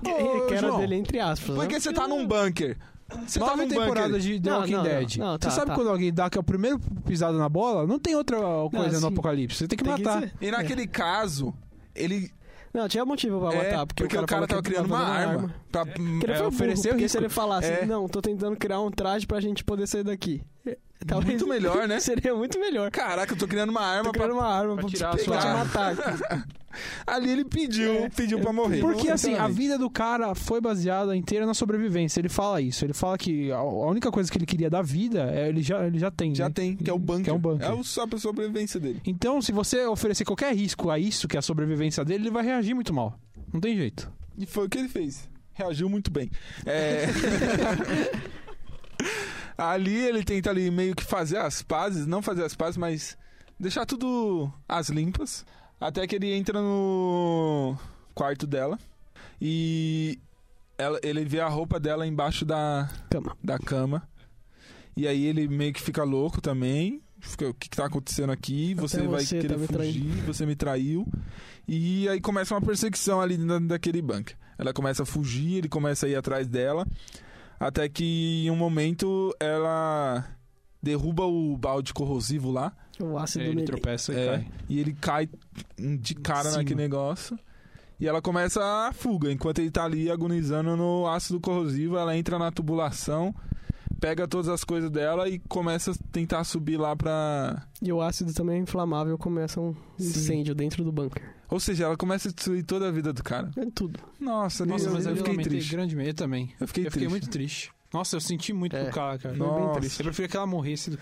que era
João,
dele, entre aspas.
Por
né?
que você tá num bunker? Você tá
Nove
num bunker.
temporadas de The
Não,
Walking
não,
Dead.
não, não, tá,
você sabe
tá.
quando alguém dá que é o primeiro pisado na bola? Não tem outra coisa no
sim.
Apocalipse. Você tem que
Tem que
matar.
ser.
E naquele caso, ele.
Não, tinha motivo É. pra
é,
matar, porque, o cara,
tava
falou que
criando uma
fazendo
arma. Pra,
Que
É,
ele foi
ofereceu
ofereceu porque
risco.
se ele falasse,
É.
não, tô tentando criar um traje pra gente poder sair daqui. É, Talvez
Muito melhor, né?
seria muito melhor.
Caraca, eu tô criando uma
Tô
arma pra.
criando uma arma pra,
tirar
pra
a
te
sua arma.
matar.
Ali ele pediu,
É,
pediu
é,
pra morrer. Então,
Porque assim, a
Sinceramente.
vida do cara foi baseada inteira na sobrevivência. Ele fala isso. Ele fala que a a única coisa que ele queria da vida, é, ele, já, ele já tem.
Já
né?
tem, que é o bunker.
Que é um bunker.
É o só a sobrevivência dele.
Então, se você oferecer qualquer risco a isso, que é a sobrevivência dele, ele vai reagir muito mal. Não tem jeito.
E foi o que ele fez. Reagiu muito bem. É. ali ele tenta ali meio que fazer as pazes, não fazer as pazes, mas deixar tudo às limpas. Até que ele entra no quarto dela e ela- ele vê a roupa dela embaixo da
Cama.
Da cama. E aí ele meio que fica louco também. Fica, o que, que tá acontecendo aqui? Você vai
você tá
querer
me
fugir, você me traiu. E aí começa uma perseguição ali na, daquele bunker. Ela começa a fugir, ele começa a ir atrás dela. Até que em um momento ela derruba o balde corrosivo lá
O ácido
Ele
nele.
tropeça e
É,
cai.
e ele cai de cara
Sim.
naquele negócio. E ela começa a fuga. Enquanto ele tá ali agonizando no ácido corrosivo, ela entra na tubulação, pega todas as coisas dela e começa a tentar subir lá pra.
E o ácido também é inflamável, começa um incêndio dentro do bunker.
Ou seja, ela começa a destruir toda a vida do cara.
É tudo.
Nossa, ali
Nossa,
eu,
mas
eu
eu
fiquei
lamentei
triste.
grandemente. Eu também.
Eu fiquei
eu fiquei
triste.
muito triste. Nossa, eu senti muito
É.
pro cara, cara.
bem
Nossa.
triste.
Eu prefiro que ela morresse do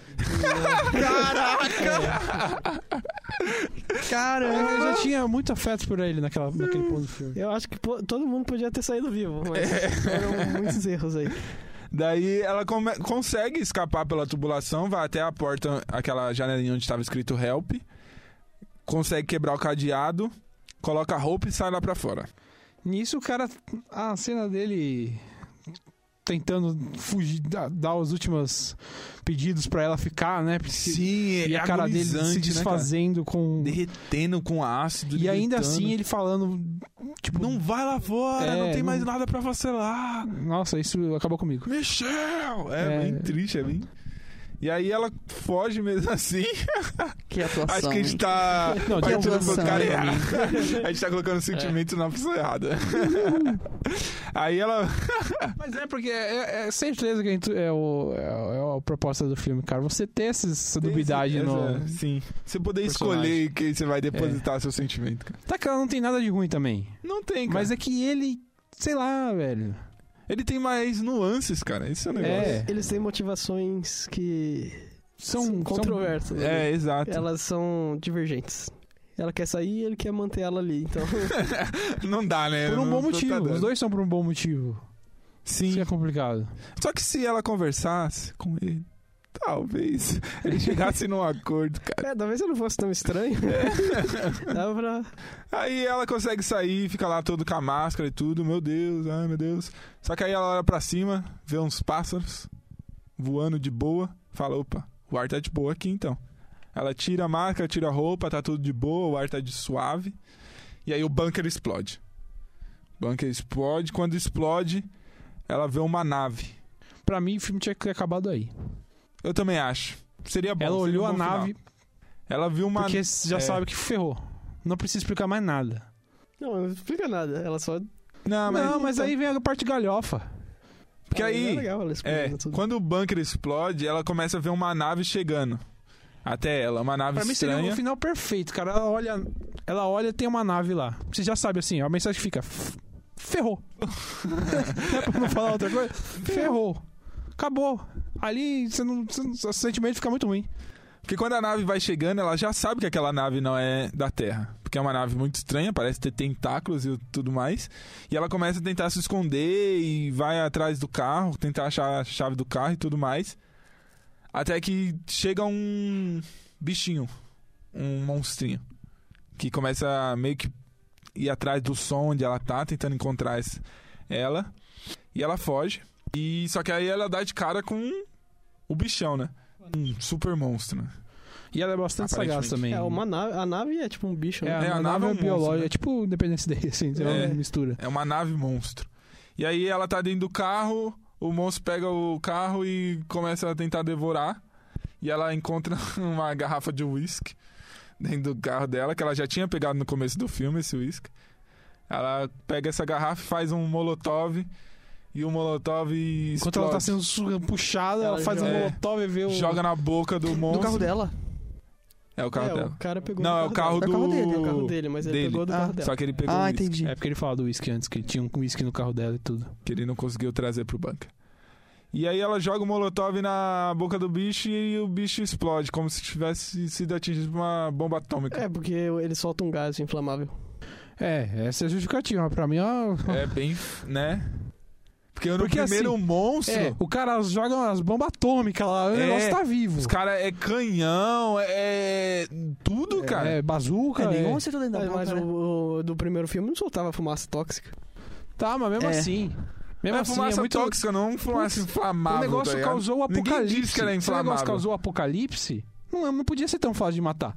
caramba.
É Eu já tinha muito afeto por ele naquela, naquele ponto do filme.
Eu acho que pô, todo mundo podia ter saído vivo, mas foram muitos erros aí.
Daí ela come- consegue escapar pela tubulação, vai até a porta, aquela janelinha onde estava escrito help. Consegue quebrar o cadeado, coloca a roupa e sai lá pra fora.
Nisso o cara. A cena dele tentando fugir, dar, dar os últimos pedidos pra ela ficar, né? Porque-
Sim, é
e a cara dele
agonizante,
se
né,
desfazendo com.
cara? Derretendo com ácido.
E ainda
gritando.
assim ele falando. Tipo,
Não vai lá fora,
É,
não tem
não-
mais nada pra você lá.
nossa, isso acabou comigo.
Michel! É,
É.
bem triste, é bem. E aí ela foge mesmo assim.
Que é atuação.
Acho que a gente
hein?
tá
Não,
partindo pro
atuação,
cara
né,
errado. A gente tá colocando sentimento na pessoa errada. aí ela.
Mas é porque é, é- é certeza que a gente- é, o, é, é a proposta do filme, cara. Você ter essa, essa dubidade no.
Essa- Sim. Você poder
Personagem. É.
escolher quem você vai depositar seu sentimento, cara.
Tá que ela não tem nada de ruim também.
Não tem, cara.
Mas é que ele. Sei lá, velho.
Ele tem mais nuances, cara. Esse é o negócio.
É.
Eles têm motivações que
São,
são
são um
controversas. né?
É, exato.
Elas são divergentes. Ela quer sair e ele quer manter ela ali. Então,
Não dá, né?
Por
Não-
um bom
não tá
motivo.
dando.
Os dois são por um bom motivo. Isso
Sim.
é complicado.
Só que se ela conversasse com ele, talvez ele chegasse num acordo, cara.
é, talvez eu não fosse tão estranho.
É.
Dava pra.
Aí ela consegue sair, fica lá todo com a máscara e tudo. Meu Deus, ai meu Deus. Só que aí ela olha pra cima, vê uns pássaros voando de boa. Fala, opa, o ar tá de boa aqui então. Ela tira a máscara, tira a roupa, tá tudo de boa, o ar tá de suave. E aí o bunker explode. O bunker explode. Quando explode, ela vê uma nave.
Pra mim, o filme tinha que ter acabado aí.
Eu também acho. Seria bom.
Ela
seria um
olhou a
bom final.
nave,
Ela viu uma.
porque já
é.
sabe que ferrou. Não precisa explicar mais nada.
Não, não explica nada. Ela só.
Não, mas. então.
não, mas aí vem a parte galhofa.
Porque
Ah,
aí.
É legal ela
É,
explodindo tudo.
quando o bunker explode, ela começa a ver uma nave chegando. Até ela, uma nave
Pra mim seria
estranha.
um final perfeito, cara. Ela olha, ela olha tem uma nave lá. Você já sabe assim, ó, a mensagem fica. "F- Ferrou. Não é pra não falar outra coisa? Ferrou. Acabou. Ali você não, você não- seu sentimento fica muito ruim.
Porque quando a nave vai chegando, ela já sabe que aquela nave não é da Terra. Porque é uma nave muito estranha, parece ter tentáculos e tudo mais. E ela começa a tentar se esconder e vai atrás do carro, tentar achar a chave do carro e tudo mais. Até que chega um bichinho, um monstrinho, que começa a meio que ir atrás do som onde ela tá, tentando encontrar es- ela. E ela foge. E só que aí ela dá de cara com o bichão, né? Um super monstro, né?
E ela é bastante sagaz
Aparentemente.
também.
É, uma nave, a nave é tipo um bicho,
É,
né?
a nave é um
monstro,
biológico,
né?
é tipo Independence Day, assim, é
É.
uma mistura.
É uma nave monstro. E aí ela tá dentro do carro, o monstro pega o carro e começa a tentar devorar. E ela encontra uma garrafa de uísque dentro do carro dela, que ela já tinha pegado no começo do filme, esse uísque. Ela pega essa garrafa e faz um molotov. E o molotov
Enquanto
explode,
ela tá sendo su- puxada, ela,
Ela
faz um
joga-
molotov e vê o.
É. joga na boca do monstro.
Do carro dela.
É o carro
É,
dela.
o cara pegou
Não, é
do
o carro,
dela. É o carro
do...
dele, é
dela. É o carro dele, mas ele
dele.
pegou do
Ah,
carro dela.
Só que ele pegou o
Ah,
uísque.
entendi.
É porque ele fala do uísque antes, que ele tinha um uísque no carro dela e tudo.
que ele não conseguiu trazer pro bunker. E aí ela joga o molotov na boca do bicho e o bicho explode, como se tivesse sido atingido por uma bomba atômica.
É, porque ele solta um gás inflamável.
É, essa é a justificativa. Pra mim, ó.
É, bem, né? Porque no
Porque,
primeiro monstro,
É, o cara joga as bombas atômicas lá, o
É,
negócio tá vivo.
os caras é canhão, é é tudo, cara.
É, bazuca.
É, nenhum
é.
acertou dentro da
Mas, mas
boca, né?
o, o do primeiro filme não soltava fumaça tóxica.
Tá, mas mesmo
É.
assim. Mesmo
é
assim,
fumaça
é muito.
tóxica, não um fumaça inflamável.
o
tá
negócio
ligado?
causou o
Ninguém
apocalipse.
disse que era
Se o negócio
inflamável.
causou o apocalipse. Não, não podia ser tão fácil de matar.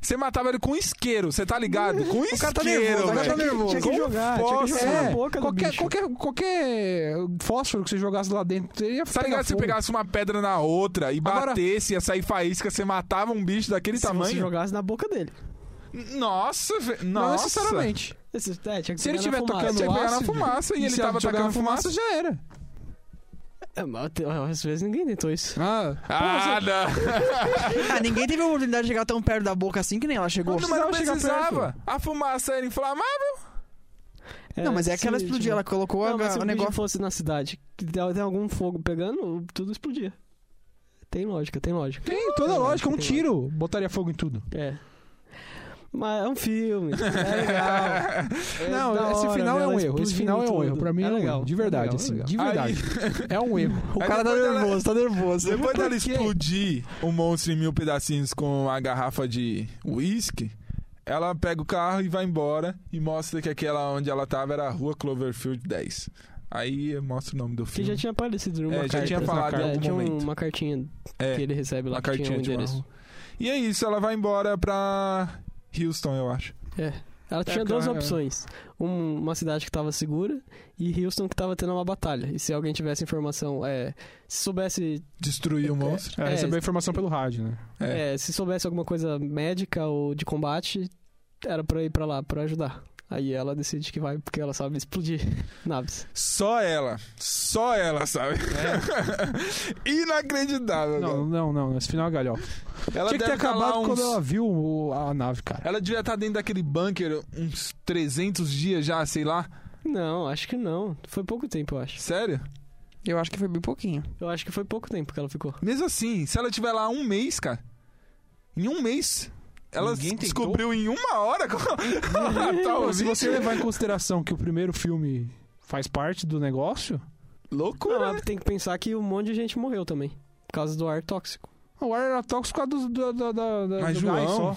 Você matava ele com isqueiro, você tá ligado? Com isqueiro,
nervoso, o cara tá
velho.
nervoso.
Tinha que
Como
jogar, tinha que
fósforo.
jogar na
É,
boca do
qualquer,
bicho.
qualquer, qualquer fósforo que você jogasse lá dentro, ele ia
Tá
ficar.
ligado? Se pegasse uma pedra na outra e
Agora-
batesse, ia sair faísca, você matava um bicho daquele
Se você
tamanho.
jogasse na boca dele.
Nossa, velho.
Não
Nossa. Ah,
necessariamente.
Esse- é, tinha que
Se ele
pegar
estiver
na fumaça.
tocando
Tinha que pegar na
ácido,
fumaça e ele
se
tava
jogar
tacando
na fumaça,
fumaça.
já era.
É, mas te- às vezes ninguém tentou isso.
Ah,
Ah,
pô,
não.
Ah, ninguém teve a oportunidade de chegar tão perto da boca assim que nem ela chegou.
Mas não
precisava chegar
precisava. A fumaça era inflamável.
Não, mas é que ela
se-
explodiu,
tipo,
ela colocou
Não,
a-
mas se
o
o bicho
negócio.
fosse na cidade, que tem tem algum fogo pegando, tudo explodia. Tem lógica, tem lógica.
Tem toda a lógica, um tiro botaria fogo em tudo.
É. Mas é um filme. É legal. É
Não,
da
esse
hora
final
ver
é
ela
um erro. Esse
explodindo
final é um
tudo.
erro. Pra mim é, um erro. De
é
verdade,
legal,
assim.
é legal.
De
Aí-
verdade. É um erro.
O cara tá
depois ela-
nervoso, tá nervoso.
Depois dela
quê?
explodir o monstro em mil pedacinhos com a garrafa de uísque, ela pega o carro e vai embora e mostra que aquela onde ela tava era a rua Cloverfield 10. Aí mostra o nome do
Que já
filme.
tinha aparecido numa
É, já
carta.
tinha falado em
É,
algum
tinha um-
momento.
uma cartinha
É.
que ele recebe lá
Uma
que tinha
cartinha
um
de uma
endereço.
rua. E é isso, ela vai embora pra Houston, eu acho.
Ela tinha
É,
duas
cara.
opções. Um- uma cidade que tava segura e Houston que tava tendo uma batalha. E se alguém tivesse informação, é, se soubesse,
Destruir o monstro.
É,
É,
recebeu
é-
informação pelo rádio, né?
É.
é, se soubesse alguma coisa médica ou de combate, era pra ir pra lá pra ajudar. Aí ela decide que vai porque ela sabe explodir naves.
Só ela. Só ela, sabe? Inacreditável.
É. Não,
Não,
não, não. Esse final é galhofa.
ela
Tinha que ter
deve tá lá
acabado
uns-
quando ela viu o- a nave, cara.
Ela devia estar dentro daquele bunker uns 300 dias já, sei lá.
Não, acho que não. Foi pouco tempo, eu acho.
Sério?
Eu acho que foi bem pouquinho.
Eu acho que foi pouco tempo que ela ficou.
Mesmo assim, se ela tiver lá um mês, cara. Em um mês, Ela
Ninguém tentou?
descobriu em uma hora como ela tá
Se
ouvindo.
você levar em consideração que o primeiro filme faz parte do negócio,
Loucura,
Não,
né?
mas tem que pensar que um monte de gente morreu também. Por causa do ar tóxico.
o ar era tóxico por causa do, do, do, do,
Mas,
do gás
João-
só.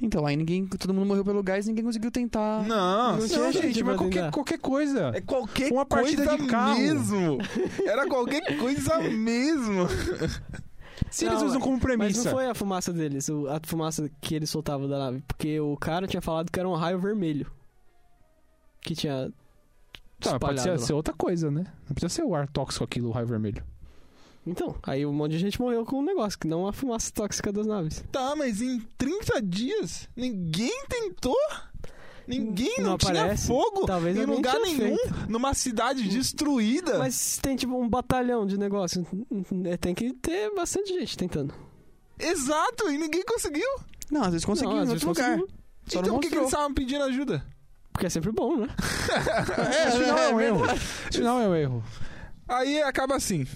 Então, aí ninguém. Todo mundo morreu pelo gás ninguém conseguiu tentar.
Não.
Não tinha
Não, gente,
gente
mas
pra
qualquer,
tentar.
qualquer coisa.
É qualquer
Uma partida
coisa
de carro.
mesmo. Era qualquer coisa mesmo.
Se
Não,
eles usam como
Mas
premissa.
não foi a fumaça deles, o- a fumaça que eles soltavam da nave. Porque o cara tinha falado que era um raio vermelho. Que tinha.
Tá, pode ser,
espalhado lá.
ser outra coisa, né? Não precisa ser o ar tóxico aquilo, o raio vermelho.
Então, aí um monte de gente morreu com o negócio, que não a fumaça tóxica das naves.
Tá, mas em 30 dias ninguém tentou? Ninguém não,
Não
tinha
aparece.
fogo
Talvez
em
alguém
lugar
tinha
nenhum, numa cidade destruída.
Mas tem tipo um batalhão de negócio. é, Tem que ter bastante gente tentando.
Exato, e ninguém conseguiu.
Não, às vezes conseguiu
Não,
em
às
outro
vezes
lugar.
conseguiu,
Só
então
não
por que, que
mostrou.
eles estavam pedindo ajuda?
Porque é sempre bom, né?
Esse final é um erro. Esse final é um erro.
Aí acaba assim.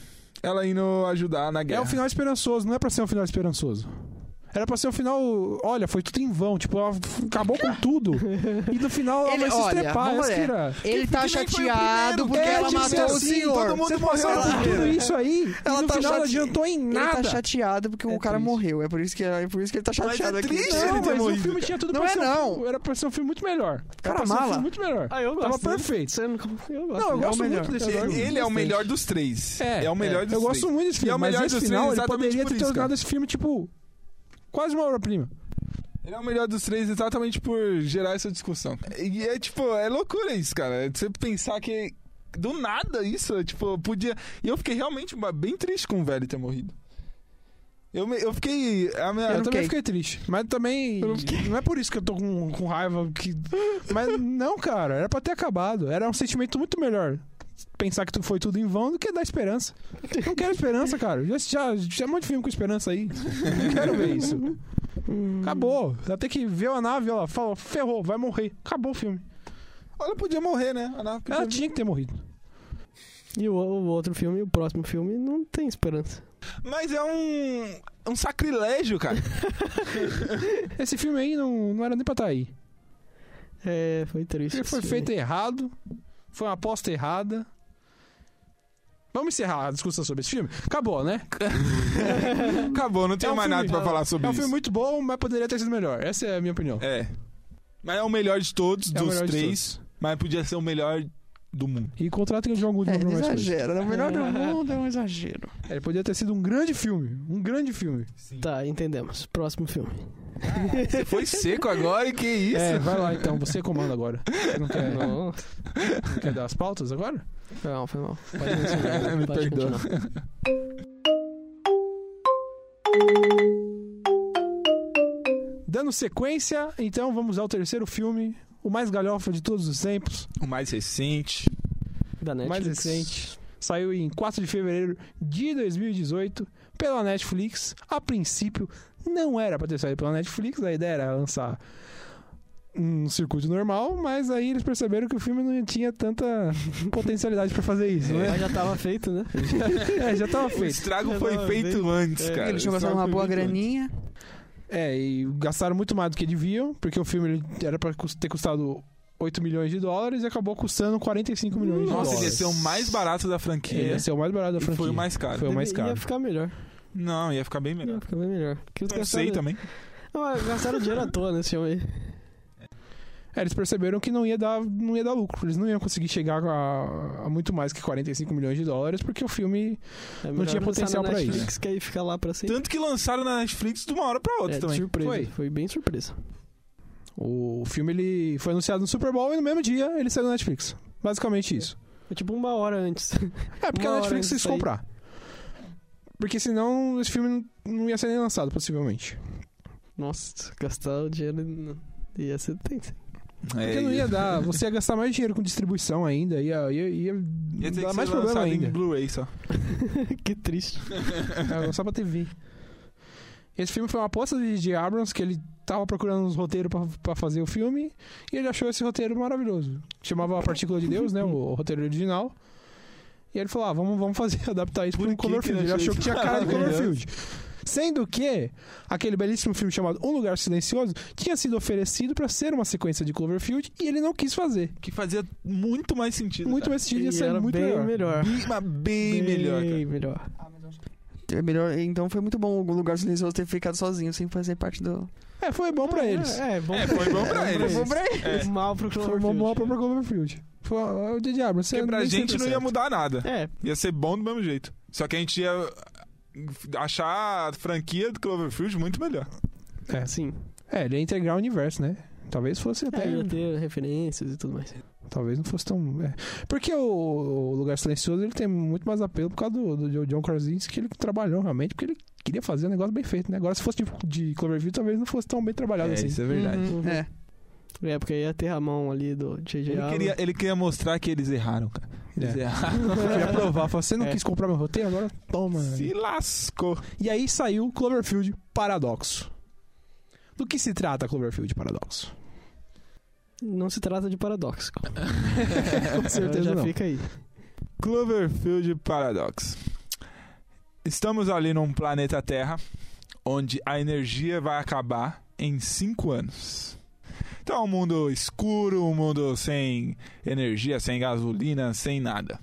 Ela indo ajudar na
É
guerra.
um final esperançoso, não é pra ser um final esperançoso. Era pra ser um final. Olha, foi tudo em vão. Tipo, ela f- acabou com tudo. E no final ela
Ele-
vai se
olha,
estrepar.
vamos
essa
ver.
que era.
Ele tá
que nem foi o
chateado
primeiro,
porque
é,
ela
tinha que ser
matou o
assim,
senhor.
todo mundo
Você
morreu
passou
lá.
por tudo isso aí.
Ela
e no
tá
final não
chate-
adiantou em nada.
Ele tá chateado porque
É
o cara
triste.
morreu. É por isso que, é por isso que ele tá
Mas
chateado
é
aqui.
triste.
não,
ele ter
mas o
morrido.
filme tinha tudo
Não
pra
é
ser um
não.
filme- Era pra ser um filme muito melhor. Era
Cara
pra ser um
mala.
filme muito melhor.
Ah, eu
Tava
gosto, né?
perfeito.
Você não- eu gosto.
Não, eu
né?
gosto
melhor.
muito desse
Ele-
filme.
Ele é o melhor dos três. É, o melhor dos
Eu
três.
gosto muito desse filme,
E é o
mas
melhor
esse
dos
final
três
ele
exatamente
poderia
por
ter
isso,
tornado
cara.
esse filme, tipo, quase uma obra-prima.
Ele é o melhor dos três exatamente por gerar essa discussão. E é tipo, é loucura isso, cara. Você pensar que do nada isso, tipo, podia. E eu fiquei realmente ba- bem triste com o velho ter morrido. Eu, me- eu fiquei. A minha,
eu também
fiquei.
fiquei triste. Mas também.
Eu não fiquei.
Não é por isso que eu tô com, com raiva. Que... Mas não, cara, era pra ter acabado. Era um sentimento muito melhor. Pensar que tu foi tudo em vão do que dar esperança. Não quero esperança, cara. Já, já, já é um monte de filme com esperança aí. Não quero ver isso. Acabou. Ela tem que ver a nave, ela fala, ferrou, vai morrer. Acabou o filme.
Ela podia morrer, né? A nave podia-
Ela tinha que ter morrido.
E o, o outro filme, o próximo filme, não tem esperança.
Mas é um. um sacrilégio, cara.
Esse filme aí não, não era nem pra estar aí.
É, foi triste.
Ele foi
esse
feito
filme.
errado, foi uma aposta errada. Vamos encerrar a discussão sobre esse filme? Acabou, né?
Acabou, não tenho
um
mais
filme-
nada pra falar
É
sobre
um
isso.
filme muito bom, mas poderia ter sido melhor. Essa é a minha opinião.
É. Mas é o melhor de todos,
É o
dos
melhor de
três. mas podia ser o melhor do mundo.
E contratem o John
É,
Goodman pra
ele
mais coisas.
exagera. O melhor do mundo é um exagero.
Ele poderia ter sido um grande filme. Um grande filme.
Tá, entendemos. Próximo filme.
Você foi seco agora e que isso?
É, vai lá então, você comanda agora. Você não quer, não
Nossa.
quer dar as pautas agora?
Foi mal, foi mal.
Me perdoa.
Dando sequência, então vamos ao terceiro filme. O mais galhofa de todos os tempos.
O mais recente.
Da Netflix.
mais recente. Saiu em 4 de fevereiro de 2018 pela Netflix. A princípio, não era pra ter saído pela Netflix, a ideia era lançar um circuito normal, mas aí eles perceberam que o filme não tinha tanta potencialidade pra fazer isso, né?
Mas já tava feito, né?
É, já tava
É. O
feito.
estrago foi feito antes, cara.
Ele tinha
O
gastado
estrago
uma
foi
boa
feito antes.
graninha.
É, e gastaram muito mais do que deviam, porque o filme ele era pra cus- ter custado 8 milhões de dólares e acabou custando 45 milhões de
Nossa,
dólares.
ele ia ser o mais barato da
Ele
franquia.
ia ser o mais barato da
E
franquia.
foi o mais caro.
Foi o mais
Ia-
caro.
Ia ficar melhor.
Não, ia ficar bem melhor.
Ia ficar bem melhor. Que eles
Não É. sei também.
Não, mas gastaram dinheiro à toa nesse filme aí.
É, eles perceberam que não ia dar, não ia dar lucro. Eles não iam conseguir chegar a, a muito mais que 45 milhões de dólares, porque o filme.
É melhor
tinha
lançar
potencial
na
pra
Netflix, que aí fica lá pra sempre.
Tanto que lançaram na Netflix de uma hora pra outra
É, de
também.
surpresa.
Foi.
Foi. bem surpresa.
O filme ele foi anunciado no Super Bowl e no mesmo dia ele saiu na Netflix. Basicamente isso.
Foi tipo uma hora antes.
É, porque
Uma
a
hora
Netflix
antes de
quis
sair.
comprar. Porque senão esse filme não- não ia ser nem lançado, possivelmente.
Nossa, gastar o dinheiro não- ia ser tenso.
É,
Porque não ia dar. Você ia gastar mais dinheiro com distribuição ainda, ia, ia, ia,
ia ter que
dar
ser
mais
lançado
problema ainda.
em Blu-ray só.
que triste.
É, só pra TV. Esse filme foi uma aposta de J.J. Abrams, que ele tava procurando uns roteiros pra, pra fazer o filme, e ele achou esse roteiro maravilhoso. Chamava A Partícula de Deus, né? O, o roteiro original. E ele falou: ah, vamos, vamos fazer, adaptar isso
Por
pra um
que que ele
Cloverfield. Ele
achou
achou que
isso
tinha cara de
maravilhoso?
Cloverfield. Sendo que aquele belíssimo filme chamado Um Lugar Silencioso tinha sido oferecido pra ser uma sequência de Cloverfield e ele não quis fazer.
Que fazia muito mais sentido.
Muito
cara.
mais sentido ia
E
sair
era
muito
bem
melhor.
melhor.
Bem, mas bem melhor, cara.
Bem melhor.
É melhor, então foi muito bom o lugar silencioso ter ficado sozinho, sem fazer parte do.
É, foi bom pra
É,
eles.
É, bom
É,
pra
foi bom pra eles.
Foi bom pra eles.
É.
Mal pro
Foi uma boa
Cloverfield.
pra Cloverfield. Foi, ó, o J.J. Abrams, você
Porque pra
nem
gente não
sempre
ia
acerta.
mudar nada.
É,
Ia ser bom do mesmo jeito. Só que a gente ia achar a franquia do Cloverfield muito melhor.
É.
sim.
É, ele ia integrar o universo, né? Talvez fosse até.
É, ia ter referências e tudo mais.
Talvez não fosse tão. é. Porque o, o Lugar Silencioso ele tem muito mais apelo por causa do, do John Krasinski, que ele trabalhou realmente, porque ele queria fazer um negócio bem feito, né? Agora, se fosse de, de Cloverfield, talvez não fosse tão bem trabalhado assim.
é
Uhum, é.
É, porque ia ter a mão ali do J.J.
Ele
Abrams.
queria, ele queria mostrar que eles erraram, cara. Eles
É.
erraram.
Eu queria provar, falar, você não
É.
quis comprar meu roteiro, agora toma.
Se lascou.
E aí saiu Cloverfield Paradoxo. Do que se trata Cloverfield Paradoxo?
Não se trata de paradoxo.
Com certeza
já
não.
fica aí.
Cloverfield Paradox. Estamos ali num planeta Terra onde a energia vai acabar em 5 anos. Então é um mundo escuro, um mundo sem energia, sem gasolina, sem nada.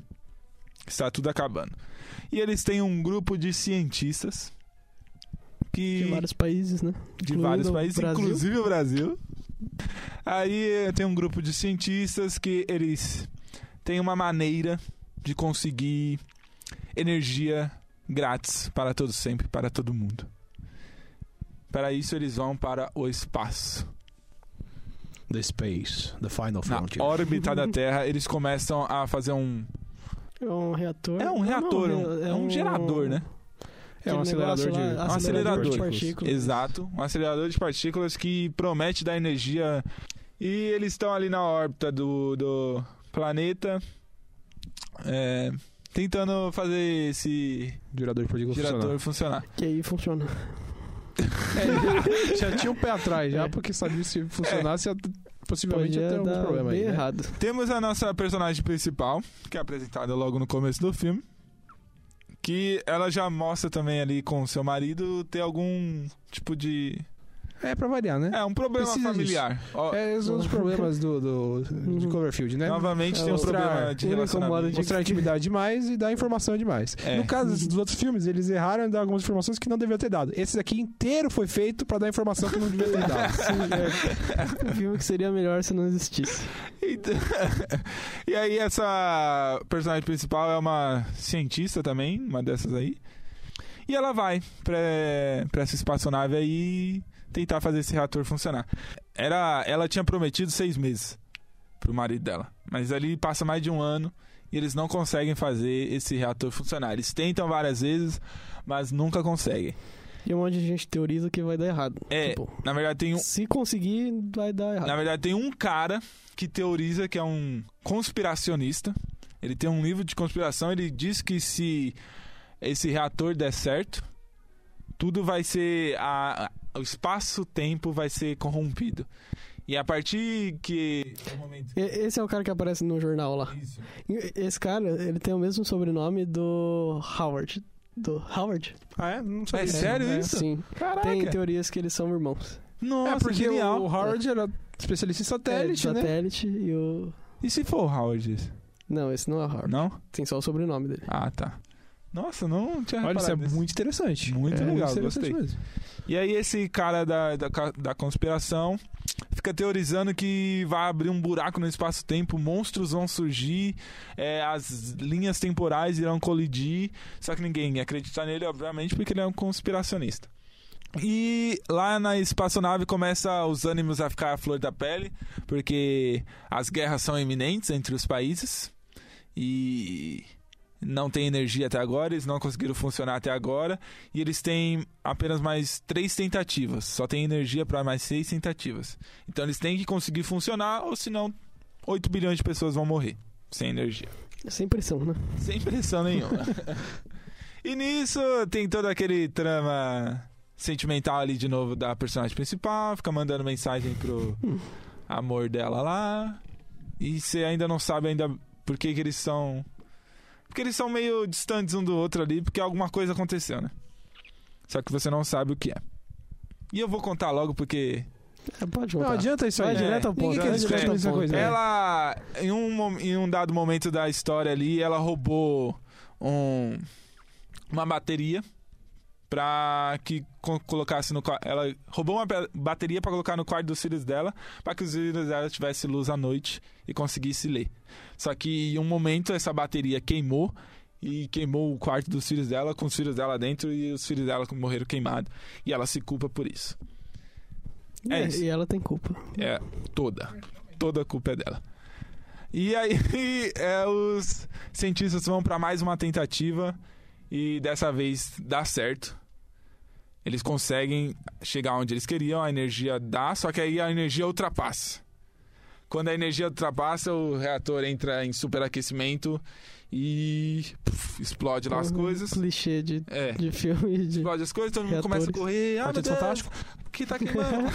Está tudo acabando. E eles têm um grupo de cientistas que
De vários países, né?
de
Incluindo
vários
o
países,
Brasil.
inclusive o Brasil. Aí eh, tem um grupo de cientistas que eles têm uma maneira de conseguir energia grátis para todos sempre, para todo mundo. Para isso eles vão para o espaço.
The Space, The Final
Na órbita da Terra, eles começam a fazer um
É um reator.
É um
Não,
reator,
não,
um- é um gerador, né?
É um
aquele
acelerador de.
negócio lá,
um acelerador
de
de
partículas.
Exato, um acelerador de partículas que promete dar energia. E eles estão ali na órbita do, do planeta, é, tentando fazer esse
Gerador de partículas
gerador funcionar.
Que aí funciona.
É, já tinha o pé atrás, já,
É.
porque sabia se funcionasse, possivelmente ia
Podia
ter alguns
dar
problemas
bem
aí. Né?
errado.
Temos a nossa personagem principal, que é apresentada logo no começo do filme, que ela já mostra também ali com o seu marido ter algum tipo de.
É pra variar, né?
É, um problema
Precisa disso.
familiar. Ó,
É, esses são os problemas do, do, de
Uhum.
Cloverfield, né?
Novamente
É
tem um
mostrar
problema de
o único modo
relacionamento.
de-
Mostrar intimidade demais e dar informação demais.
É.
No caso dos outros filmes, eles erraram em dar algumas informações que não deviam ter dado. Esse daqui inteiro foi feito pra dar informação que não devia ter dado.
Sim, é. Um filme que seria melhor se não existisse.
Então- e aí essa personagem principal é uma cientista também, uma dessas aí. E ela vai pra, pra essa espaçonave aí tentar fazer esse reator funcionar. Era, ela tinha prometido seis meses pro marido dela. Mas ali passa mais de um ano e eles não conseguem fazer esse reator funcionar. Eles tentam várias vezes, mas nunca conseguem.
E um monte de gente teoriza que vai dar errado.
É,
Tipo,
na verdade tem um,
se conseguir, vai dar
Tá.
errado.
Na verdade, tem um cara que teoriza que é um conspiracionista. Ele tem um livro de conspiração. Ele diz que se esse reator der certo, tudo vai ser. a- a- o espaço-tempo vai ser corrompido. E a partir que. é
E- Esse é o cara que aparece no jornal lá. E- Esse cara, ele tem o mesmo sobrenome do Howard. Do Howard?
ah, é? Não
É sério
É.
isso?
Sim.
Caraca!
Tem teorias que eles são irmãos.
Nossa,
é porque
genial.
o Howard era especialista em satélite,
é,
né?
satélite e o.
E se for o Howard? esse?
Não, esse não é o Howard.
Não?
Tem só o sobrenome dele.
Ah, tá. Nossa, não tinha
Olha, isso é
reparado nisso.
muito interessante.
Muito
É,
legal,
interessante
gostei.
mesmo.
E aí esse cara da, da, ca- da conspiração fica teorizando que vai abrir um buraco no espaço-tempo, monstros vão surgir, é, as linhas temporais irão colidir, só que ninguém acredita nele, obviamente, porque ele é um conspiracionista. E lá na espaçonave começa os ânimos a ficar à flor da pele, porque as guerras são iminentes entre os países e não tem energia até agora, eles não conseguiram funcionar até agora e eles têm apenas mais três tentativas. Só tem energia para mais seis tentativas. Então eles têm que conseguir funcionar, ou senão 8 bilhões de pessoas vão morrer sem energia.
Sem pressão, né?
Sem pressão nenhuma. e nisso tem todo aquele trama sentimental ali de novo da personagem principal, fica mandando mensagem pro amor dela lá. E você ainda não sabe ainda por que, que eles são. Porque eles são meio distantes um do outro ali, porque alguma coisa aconteceu, né? só que você não sabe o que é. E eu vou contar logo porque
É, pode
Não
voltar.
adianta isso
Vai
aí.
É.
direto ao
Ninguém
ponto.
quer
vai direto
discutir
ao
essa
ponto.
coisa.
É.
Ela, em um, mom- em um dado momento da história ali, ela roubou um- uma bateria pra que co- colocasse no quarto. Ela roubou uma ba- bateria pra colocar no quarto dos filhos dela, pra que os filhos dela tivessem luz à noite e conseguisse ler. Só que em um momento essa bateria queimou e queimou o quarto dos filhos dela, com os filhos dela dentro e os filhos dela morreram queimados. E ela se culpa por isso. É isso.
E ela tem culpa.
É, toda. Toda a culpa é dela. E aí, é, os cientistas vão pra mais uma tentativa e dessa vez dá certo. Eles conseguem chegar onde eles queriam, a energia dá, só que aí a energia ultrapassa. Quando a energia ultrapassa, o reator entra em superaquecimento e puf, explode lá as
Porra,
coisas.
Um Clichê de,
É.
de filme. De...
Explode as coisas, todo mundo começa a
Reatores.
correr. Ah, meu
Quarteto
Deus,
Fantástico.
que tá queimando.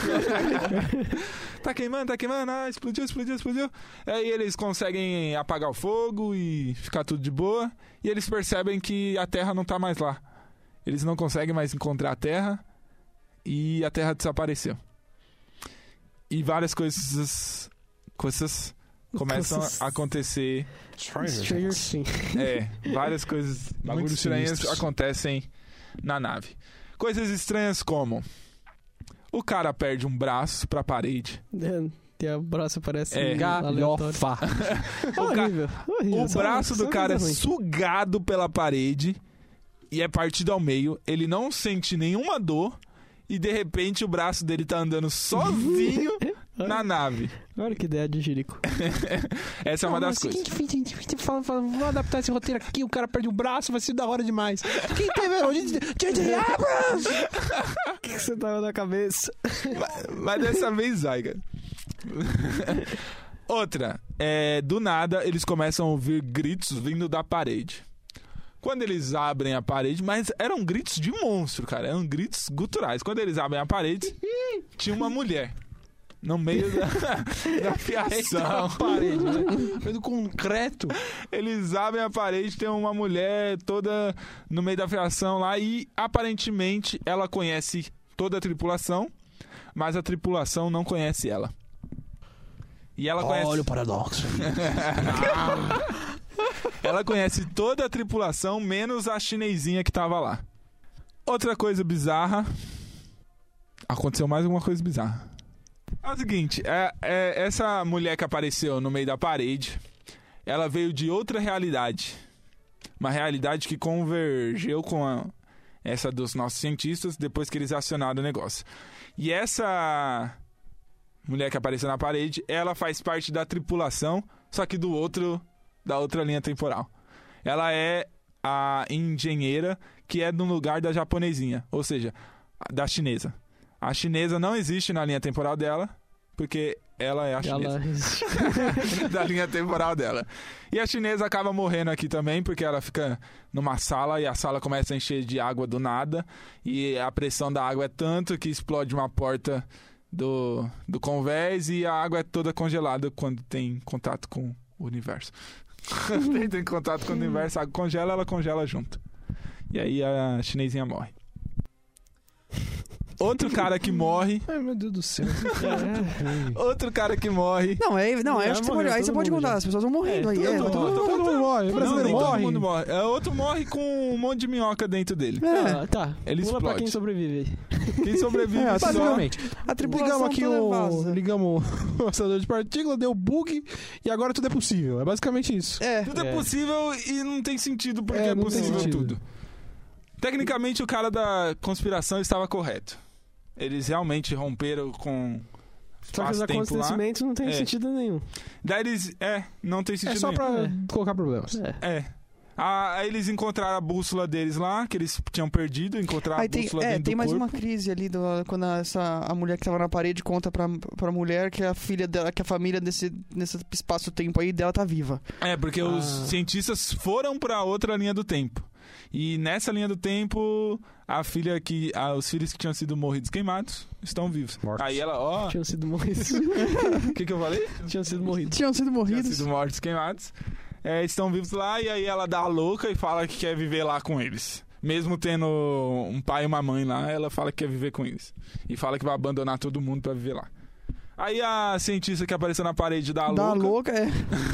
tá queimando, tá queimando. Ah, explodiu, explodiu, explodiu. Aí eles conseguem apagar o fogo e ficar tudo de boa. E eles percebem que a Terra não tá mais lá. Eles não conseguem mais encontrar a Terra. E a Terra desapareceu. E várias coisas. coisas começam
Coisas.
a acontecer.
Stranger Things.
É, várias coisas bagulhos estranhas
sinistros.
acontecem na nave. Coisas estranhas como o cara perde um braço pra parede.
E a braço parece um
É.
aleatório.
Galhofa.
Horrível. horrível.
O
Só-
braço
só
do cara é
coisa ruim.
sugado pela parede e é partido ao meio. Ele não sente nenhuma dor e de repente o braço dele tá andando sozinho na nave.
Olha que ideia de Jerico.
Essa é uma
Não,
das
assim?
mas
coisas.
Quem que fez- fez- fala, fala, vou adaptar esse roteiro aqui, o cara perde o braço, vai ser da hora demais. Quem teve? J.J. Abrams!
O que, que você tava na cabeça?
Mas- Mas dessa vez sai, cara. Outra. É, do nada, eles começam a ouvir gritos vindo da parede. Quando eles abrem a parede, mas eram gritos de monstro, cara. Eram gritos guturais. Quando eles abrem a parede, tinha uma mulher. No meio da, da fiação.
Parede, né? Meio do concreto.
Eles abrem a parede, tem uma mulher toda no meio da fiação lá e aparentemente ela conhece toda a tripulação, mas a tripulação não conhece ela. E ela
Olha
conhece,
o paradoxo.
ela conhece toda a tripulação, menos a chinesinha que tava lá. Outra coisa bizarra. Aconteceu mais alguma coisa bizarra. É o seguinte, é- é- essa mulher que apareceu no meio da parede, ela veio de outra realidade. Uma realidade que convergeu com a- essa dos nossos cientistas depois que eles acionaram o negócio. E essa mulher que apareceu na parede, ela faz parte da tripulação, só que do outro da outra linha temporal. Ela é a engenheira que é no lugar da japonesinha, ou seja, a- da chinesa. A chinesa não existe na linha temporal dela, porque ela é a chinesa
Ela...
da linha temporal dela. E a chinesa acaba morrendo aqui também, porque ela fica numa sala e a sala começa a encher de água do nada. E a pressão da água é tanto que explode uma porta do, do convés e a água é toda congelada quando tem contato com o universo. Quando tem contato com o universo, a água congela, ela congela junto. E aí a chinesinha morre. Outro cara que morre.
Ai, meu Deus do céu.
É.
Outro cara que morre.
Não, aí, não, aí
Vai
acho que você
morrer
pode, aí
todo
você pode
mundo
contar,
já.
as pessoas vão morrendo aí. É,
mundo
todo
morre.
mundo-
todo
Todo mundo morre. O
Não,
brasileiro
nem todo
morre.
mundo morre. É, Outro morre com um monte de minhoca dentro dele.
É,
Ah, tá.
Ele
Pula pra
explode.
quem sobrevive.
Quem sobrevive
É,
só-
basicamente.
a tripulação tá
Ligamos aqui
toda
o.
vaza.
Ligamos o lançador de partícula, deu bug e agora tudo é possível. É basicamente isso.
É,
Tudo é.
É.
possível e não tem sentido porque é,
É, não tem
possível
sentido.
tudo. Tecnicamente, o cara da conspiração estava correto. Eles realmente romperam com
Só que os
espaço-tempo lá.
acontecimentos não tem
É.
sentido nenhum.
Daí eles... É, não tem sentido
É só
nenhum.
pra
É.
colocar problemas.
É.
É. Ah, aí eles encontraram a bússola deles lá, que eles tinham perdido, encontraram
aí
a
tem,
bússola
é,
dentro
tem
do
mais
corpo.
uma crise ali do, quando a- essa, a mulher que tava na parede conta pra, pra mulher que a filha dela, que a família desse, nesse espaço-tempo aí dela tá viva.
É, porque os
Ah.
cientistas foram pra outra linha do tempo. E nessa linha do tempo, a filha que ah, os filhos que tinham sido morridos queimados estão vivos.
Mortos.
Aí ela, ó,
Tinham sido morridos.
o que que eu falei?
Tinham sido morridos.
Tinham sido
Tinham
morridos.
sido mortos queimados. É, estão vivos lá e aí ela dá a louca e fala que quer viver lá com eles. mesmo tendo um pai e uma mãe lá, ela fala que quer viver com eles. E fala que vai abandonar todo mundo pra viver lá. Aí a cientista que apareceu na parede da
Dá
louca,
louca, é.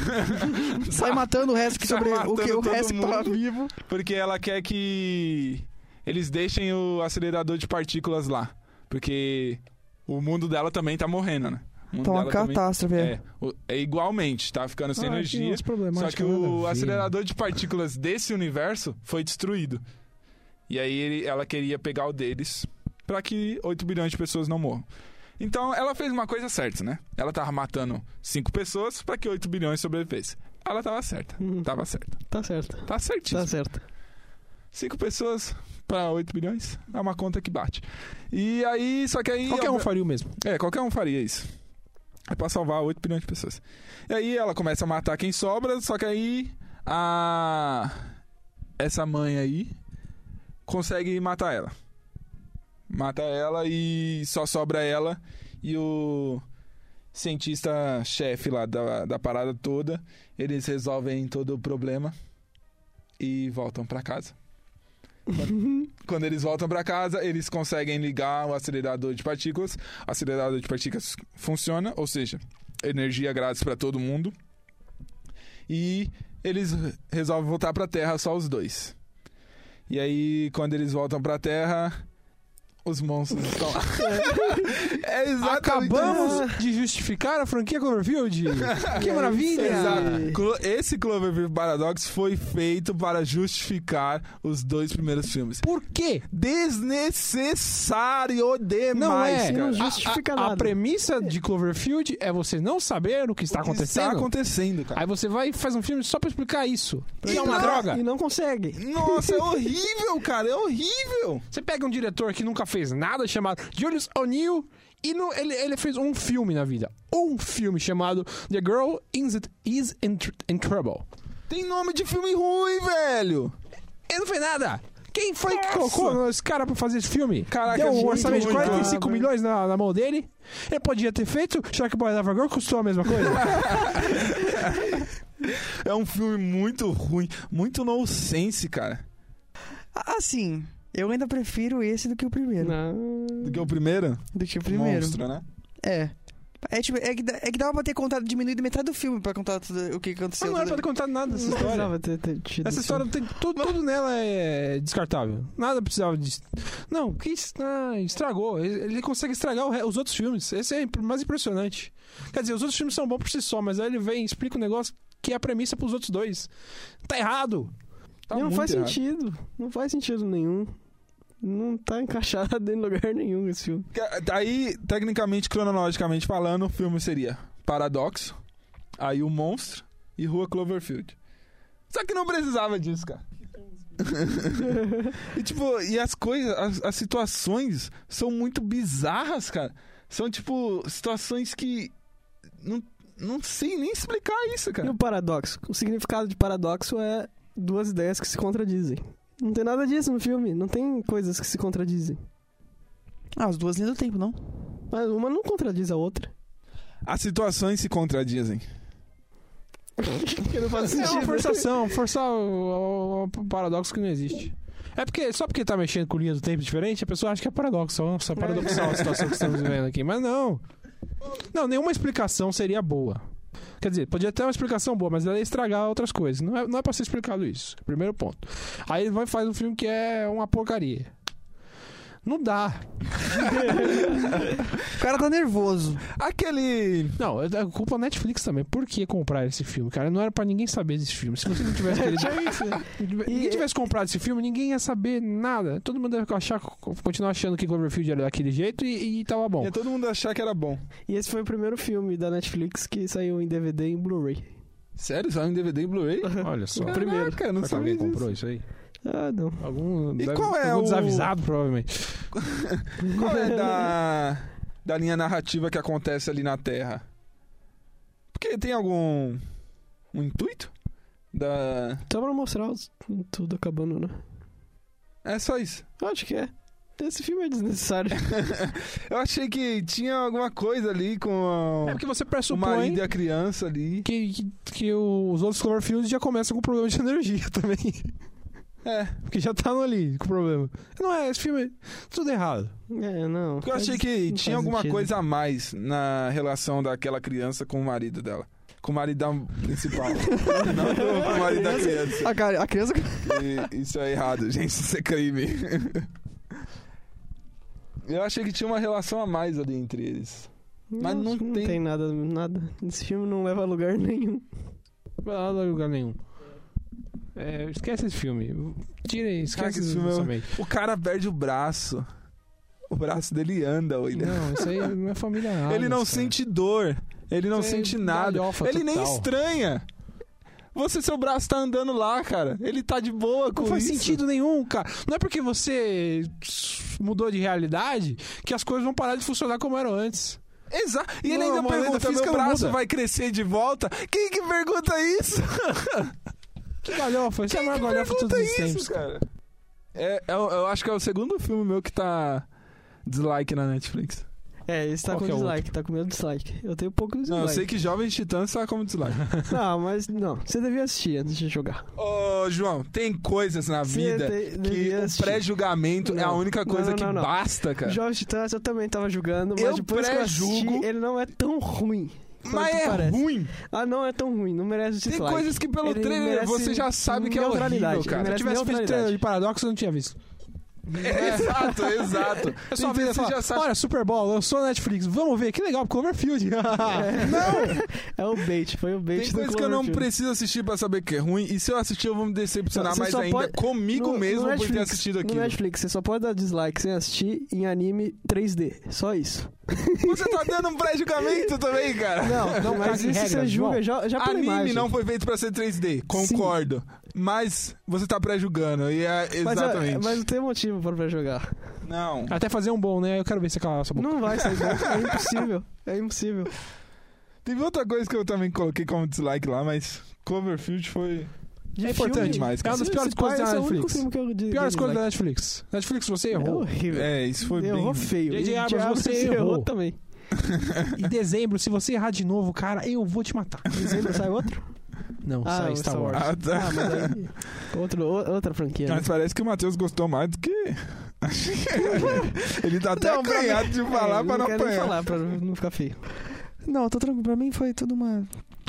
Sai matando o resto que
Sai
sobre o que o
matando
resto
todo
que tava
mundo.
vivo.
porque ela quer que eles deixem o acelerador de partículas lá. Porque o mundo dela também tá morrendo, né? O mundo
Tá uma
dela também-
catástrofe. é.
É, o- é igualmente, tá ficando sem
é
energia. Só
problemáticas.
que o acelerador de partículas desse universo foi destruído. E aí ele- ela queria pegar o deles pra que 8 bilhões de pessoas não morram. Então ela fez uma coisa certa, né? Ela tava matando 5 pessoas pra que 8 bilhões sobrevivessem. Ela tava certa.
Hum,
Tava certa.
Tá certo.
Tá certíssimo.
Tá certo.
5 pessoas pra 8 bilhões é uma conta que bate. E aí, só que aí
Qualquer um faria o mesmo.
é, qualquer um faria isso. É pra salvar 8 bilhões de pessoas. E aí ela começa a matar quem sobra, só que aí a. Essa mãe aí consegue matar ela. Mata ela e só sobra ela e o cientista-chefe lá da, da parada toda. Eles resolvem todo o problema e voltam pra casa. Quando- Quando eles voltam pra casa, eles conseguem ligar o acelerador de partículas acelerador de partículas funciona, ou seja, energia grátis para todo mundo. E eles resolvem voltar para a Terra só os dois. E aí, quando eles voltam para a Terra, os monstros estão lá. é exatamente isso.
Acabamos de justificar a franquia Cloverfield. que maravilha!
Exato. Clo- Esse Cloverfield Paradox foi feito para justificar os dois primeiros filmes.
Por quê?
Desnecessário demais,
Não é.
cara.
Não justifica
a, a
nada.
premissa de Cloverfield é você não saber o que está
O que Está
acontecendo.
acontecendo, cara.
Aí você vai e faz um filme só pra explicar isso.
E
Que é uma
não-
droga.
E não consegue.
Nossa, é horrível, cara. É horrível.
Você pega um diretor que nunca fez nada chamado Julius O'Neill e no- ele, ele fez um filme na vida. Um filme chamado The Girl Is, is in, Tr- in Trouble.
Tem nome de filme ruim, velho.
Ele não fez nada. Quem foi que colocou esse cara pra fazer esse filme?
Caraca,
Deu
é
um
muito
orçamento de
ruim,
45
cara.
milhões na, na mão dele. Ele podia ter feito, Shark Boy Lava Girl custou a mesma coisa.
É um filme muito ruim, muito nonsense, cara.
Ah, Assim, eu ainda prefiro esse do que o primeiro.
Não.
Do que o primeiro?
Do que o primeiro.
Monstro, né?
É. É, tipo, é, que, dá- é que dava pra ter contado, diminuído metade do filme pra contar tudo, o que
Mas
aconteceu.
não
é
era pra
tudo.
ter contado nada dessa
Não
história.
precisava ter, ter tido
Essa
isso.
história tem tudo, tudo nela é descartável. Nada precisava disso. Não, que es- ah, estragou. Ele ele consegue estragar o re- os outros filmes. Esse é imp- mais impressionante. Quer dizer, os outros filmes são bons por si só, mas aí ele vem e explica um negócio que é a premissa pros outros dois. Tá errado.
Tá
não
muito
faz
errado.
sentido. Não faz sentido nenhum. Não tá encaixado em lugar nenhum esse filme.
Que- Aí, eh, tecnicamente, cronologicamente falando, o filme seria Paradoxo, aí o Monstro e Rua Cloverfield. Só que não precisava disso, cara. e tipo, e as coisas, as, as situações são muito bizarras, cara. São tipo situações que não, não sei nem explicar isso,
E
É.
cara.
o paradoxo? O significado de paradoxo é duas ideias que se contradizem. Não tem nada disso no filme. Não tem coisas que se contradizem.
Ah, as duas linhas do tempo, não?
Mas uma não contradiz a outra.
As situações se contradizem.
Porque não faz
É
sentido.
uma forçação, forçar o, o- o paradoxo que não existe. É porque só porque tá mexendo com linha do tempo diferente, a pessoa acha que é paradoxo. Nossa, é paradoxal a situação que estamos vivendo aqui. Mas não. Não, nenhuma explicação seria boa. Quer dizer, podia ter uma explicação boa, mas ela ia estragar outras coisas. Não é, não é pra ser explicado isso. Primeiro ponto. Aí ele vai e faz um filme que é uma porcaria. Não dá.
O cara tá nervoso.
Aquele.
Não, é culpa da Netflix também. Por que comprar esse filme, cara? Não era pra ninguém saber desse filme. Se você não tivesse querido. ninguém tivesse comprado esse filme, ninguém ia saber nada. Todo mundo ia achar, continuar achando que Cloverfield era daquele jeito e, e tava bom.
Ia todo mundo achar que era bom.
E esse foi o primeiro filme da Netflix que saiu em DVD e em Blu-ray.
Sério? Saiu em DVD e Blu-ray?
Olha só.
O primeiro.
Cara, eu não
Será que
sabia
alguém
disso.
comprou isso aí?
Ah, não.
Algum,
E qual é
algum
o-
desavisado, provavelmente.
Qual é da, da linha narrativa que acontece ali na Terra? Porque tem algum um intuito? Da...
Só pra mostrar os- tudo acabando, né?
É só isso.
Eu acho que é. Esse filme é desnecessário.
Eu achei que tinha alguma coisa ali com
É
a...
porque você
o marido
pressupõe
e a criança ali.
que, que, que os outros Cloverfield já começam com problema de energia também. É, porque já tá no ali com o problema. Não é, esse filme é tudo errado.
É, não.
Porque eu achei
faz-
que
não
tinha
faz
alguma
sentido.
coisa a mais na relação daquela criança com o marido dela. Com o maridão principal. não com o marido da criança.
A, cara- a criança.
E isso é errado, gente. Isso é crime. Eu achei que tinha uma relação a mais ali entre eles. Mas
Não,
não
não
tem-
tem... nada, nada. Esse filme não leva a lugar nenhum.
Não vai lá em lugar nenhum. É, esquece esse filme. Tirem,
Cara,
esquece
que
esse
esse filme
filme.
é-
Sua mente.
O cara perde o braço. O braço dele anda, William.
Não, isso aí é minha família. é-
ele não sente dor. Ele não
Isso é
sente nada.
galhofa
Ele nem
total.
estranha. Você, seu braço tá andando lá, cara. Ele tá de boa com
Não faz
isso.
sentido nenhum, cara. Não é porque você mudou de realidade que as coisas vão parar de funcionar como eram antes.
Exato. E ele
Não,
ainda
uma lenda
pergunta:
física
meu
não
braço
muda."
vai crescer de volta? Quem que pergunta isso?
Que galhofa, isso é a maior
que
galhofa de todos
pergunta
os tempos.
isso, cara? É, é o- eu acho que é o segundo filme meu que tá dislike na Netflix.
É, esse tá
Qual
com
que é o
dislike, tá com medo de dislike. Eu tenho pouco dislike.
Não, eu sei que Jovem Titãs tá como dislike.
Ah, mas não. Você devia assistir antes de jogar.
Ô, João, tem coisas na
Você
vida
te-
que
devia
o
assistir.
pré-julgamento é a
Não,
única
não,
coisa
não, não,
que
não.
basta, cara.
Jogos Titãs eu também tava julgando, mas
Eu
depois que eu assisti,
pré-julgo.
ele não é tão ruim.
Mas
quanto
é
parece.
ruim.
Ah, não é tão ruim, não merece o
Tem
dislike.
coisas que pelo
Ele
trailer
merece
você já sabe que é horrível,
neutralidade, ele
cara.
merece-
Se tivesse visto
neutralidade.
trailer de paradoxo, eu não tinha visto.
É, exato, exato.
É
Eu só
Então
vi e
você já
falar,
sabe.
olha, Super Bowl, lançou na Netflix, vamos ver, que legal, Cloverfield.
É o bait, foi o bait
Tem
do
coisas que eu não
Cloverfield.
preciso assistir pra saber que é ruim. E se eu assistir, eu vou me decepcionar
Você
mais
só
ainda
pode-
comigo
No- no
mesmo por ter
Netflix- é
assistido
No
aquilo.
Netflix, você só pode dar dislike sem assistir em anime 3D. Só isso.
Você tá dando um pré-julgamento também, cara.
Não, não, É, mas
cague
isso
regra,
você julga
João.
já, já pela
Anime
imagem.
não foi feito pra ser 3D, concordo. Mas você tá pré-julgando. E é
Mas, ó,
exatamente.
Mas não tem motivo pra pra jogar.
Não.
Até fazer um bom, né? Eu quero ver se aquela essa boca.
Não vai sair bom. É impossível. É impossível.
Teve outra coisa que eu também coloquei como dislike lá, mas Cloverfield foi.
De
É importante.
filme,
demais,
é
cara.
uma das
esse
piores
pai-
coisas
esse
da
é o único filme
Netflix.
que eu de-
Pior
dei
escolha da
dislike.
Netflix. Netflix, você
É
errou.
horrível.
É, isso foi bem.
Errou feio.
J.J.
E
Abrams,
Diablos,
você
errou.
errou.
também.
Em dezembro, se você errar de novo, cara, eu vou te matar.
Dezembro sai outro?
Não,
Ah,
sai
o
Star
Star
Wars.
Wars.
Ah, tá.
Ah, mas aí... Outro, o- outra franquia. né?
Mas parece que o Matheus gostou mais do que. ele tá até
Não, pra
acanhado de falar
É,
pra não
quero nem
apanhar.
falar pra não ficar feio.
Não, tô tranquilo. Pra mim foi tudo uma.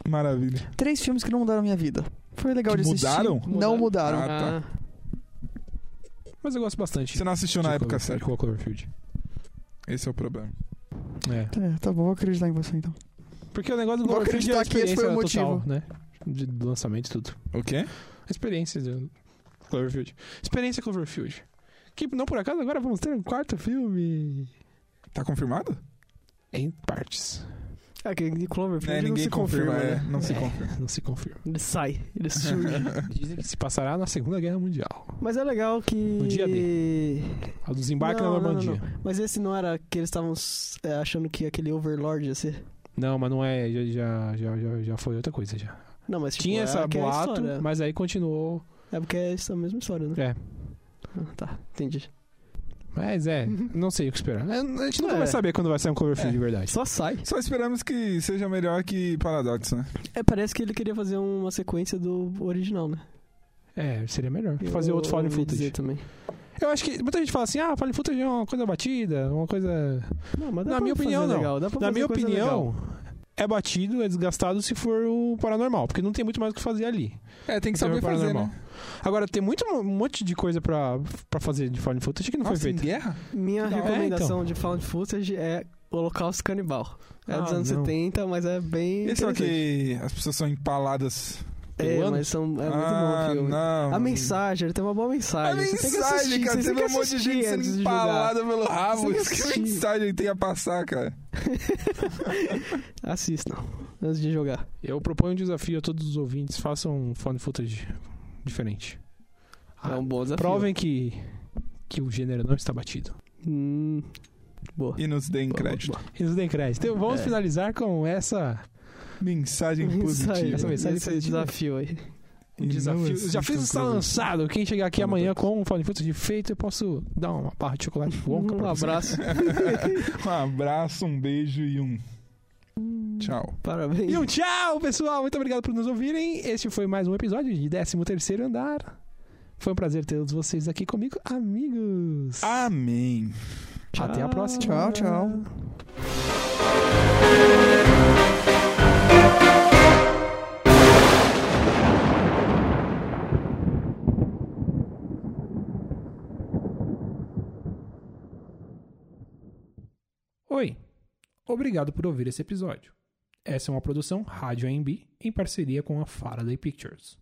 Maravilha.
Três filmes que não mudaram minha vida. Foi legal
Que
de assistir.
mudaram?
Não mudaram.
Ah, tá.
Mas eu gosto bastante.
Você não assistiu na
de
época
Clover-
certa.
de Cloverfield.
Esse é o problema.
É.
É, tá bom, vou acreditar em você então.
Porque o negócio do
Vou
Cloverfield é a
acreditar que esse
experiência
foi o
total, né? De do lançamento e tudo.
O quê?
A experiência do Cloverfield. Experiência Cloverfield. Que, não por acaso, agora vamos ter um quarto filme
Tá confirmado?
em partes.
Ah, que de Cloverfield não se confirma, né?
Não se
É.
É, confirma.
Não se confirma.
Ele sai, ele surge.
Dizem que se passará na Segunda Guerra Mundial.
Mas é legal que...
No dia A do desembarque
Não,
na
não, não,
Normandia. Não,
Mas esse não era que eles estavam s- é, achando que aquele Overlord ia ser?
mas não é. Já, já, já, já, já foi outra coisa já.
Não, mas tipo,
Tinha
é
essa
que é a
boato,
história.
mas aí continuou.
É porque é essa mesma história, né?
É.
Ah, tá, entendi.
Mas é, não sei o que esperar. É, A gente nunca
É.
vai saber quando vai sair um Cloverfield
É.
de verdade.
Só sai.
Só esperamos que seja melhor que Paradox, né?
É, parece que ele queria fazer uma sequência do original, né?
É, seria melhor.
Eu
Fazer outro Fallen
ouvi
Footage.
dizer também.
Eu acho que muita gente fala assim: ah, Fallen Footage é uma coisa batida, uma coisa.
Não, mas dá
Na
pra
minha
fazer
opinião, não.
legal, dá pra
Na
fazer
minha
coisa
opinião,
legal.
é batido, é desgastado se for o paranormal, porque não tem muito mais o que fazer ali.
É, tem que
Tem
saber
o
fazer,
paranormal.
né?
Agora, tem muito um monte de coisa pra, pra fazer de Fallen Footage que
Ah,
não
Nossa,
foi
em
feita.
guerra?
Minha
Não, é,
recomendação de Found Footage é Holocausto Canibal. É dos
Ah,
anos
não.
70, mas é bem.
Esse é o
interessante.
que as pessoas são empaladas.
É,
peruano?
mas são, é muito
ah,
bom o filme.
não.
A mensagem, ele tem uma boa
A
mensagem. você tem que
mensagem,
assistir,
cara.
você tem
Teve um
que
monte de
assistir
gente
antes
sendo
de julgar.
empalada pelo rabo.
Você tem que
Que
assistir.
mensagem tem a passar, cara?
Assistam antes de jogar.
Eu proponho um desafio a todos os ouvintes: façam um Fallen Footage diferente. Ah,
é um bom desafio.
Provem que, que o gênero não está batido.
Hum, boa.
E nos deem
Boa,
crédito.
boa, boa.
Isso tem crédito. Então, vamos
É.
finalizar com essa.
Mensagem
Isso aí, Um
positiva.
Essa mensagem
esse
positiva.
desafio aí.
E não
desafio.
assistam
Já fiz está
Clover.
lançado. Quem chegar
Tá
aqui
Vamos
amanhã
todos.
com um Fallen Footage feito, eu posso dar uma barra de chocolate Wonka
um
pra você.
abraço.
Um abraço, um beijo e um
Hum.
tchau.
Parabéns.
E um tchau, pessoal. Muito obrigado por nos ouvirem. Este foi mais um episódio de 13 Terceiro Andar. Foi um prazer ter todos vocês aqui comigo, amigos.
Ah,
Amém.
Até a próxima.
Tchau, tchau.
Oi, obrigado por ouvir esse episódio. Essa é uma produção Rádio AMB em parceria com a Faraday Pictures.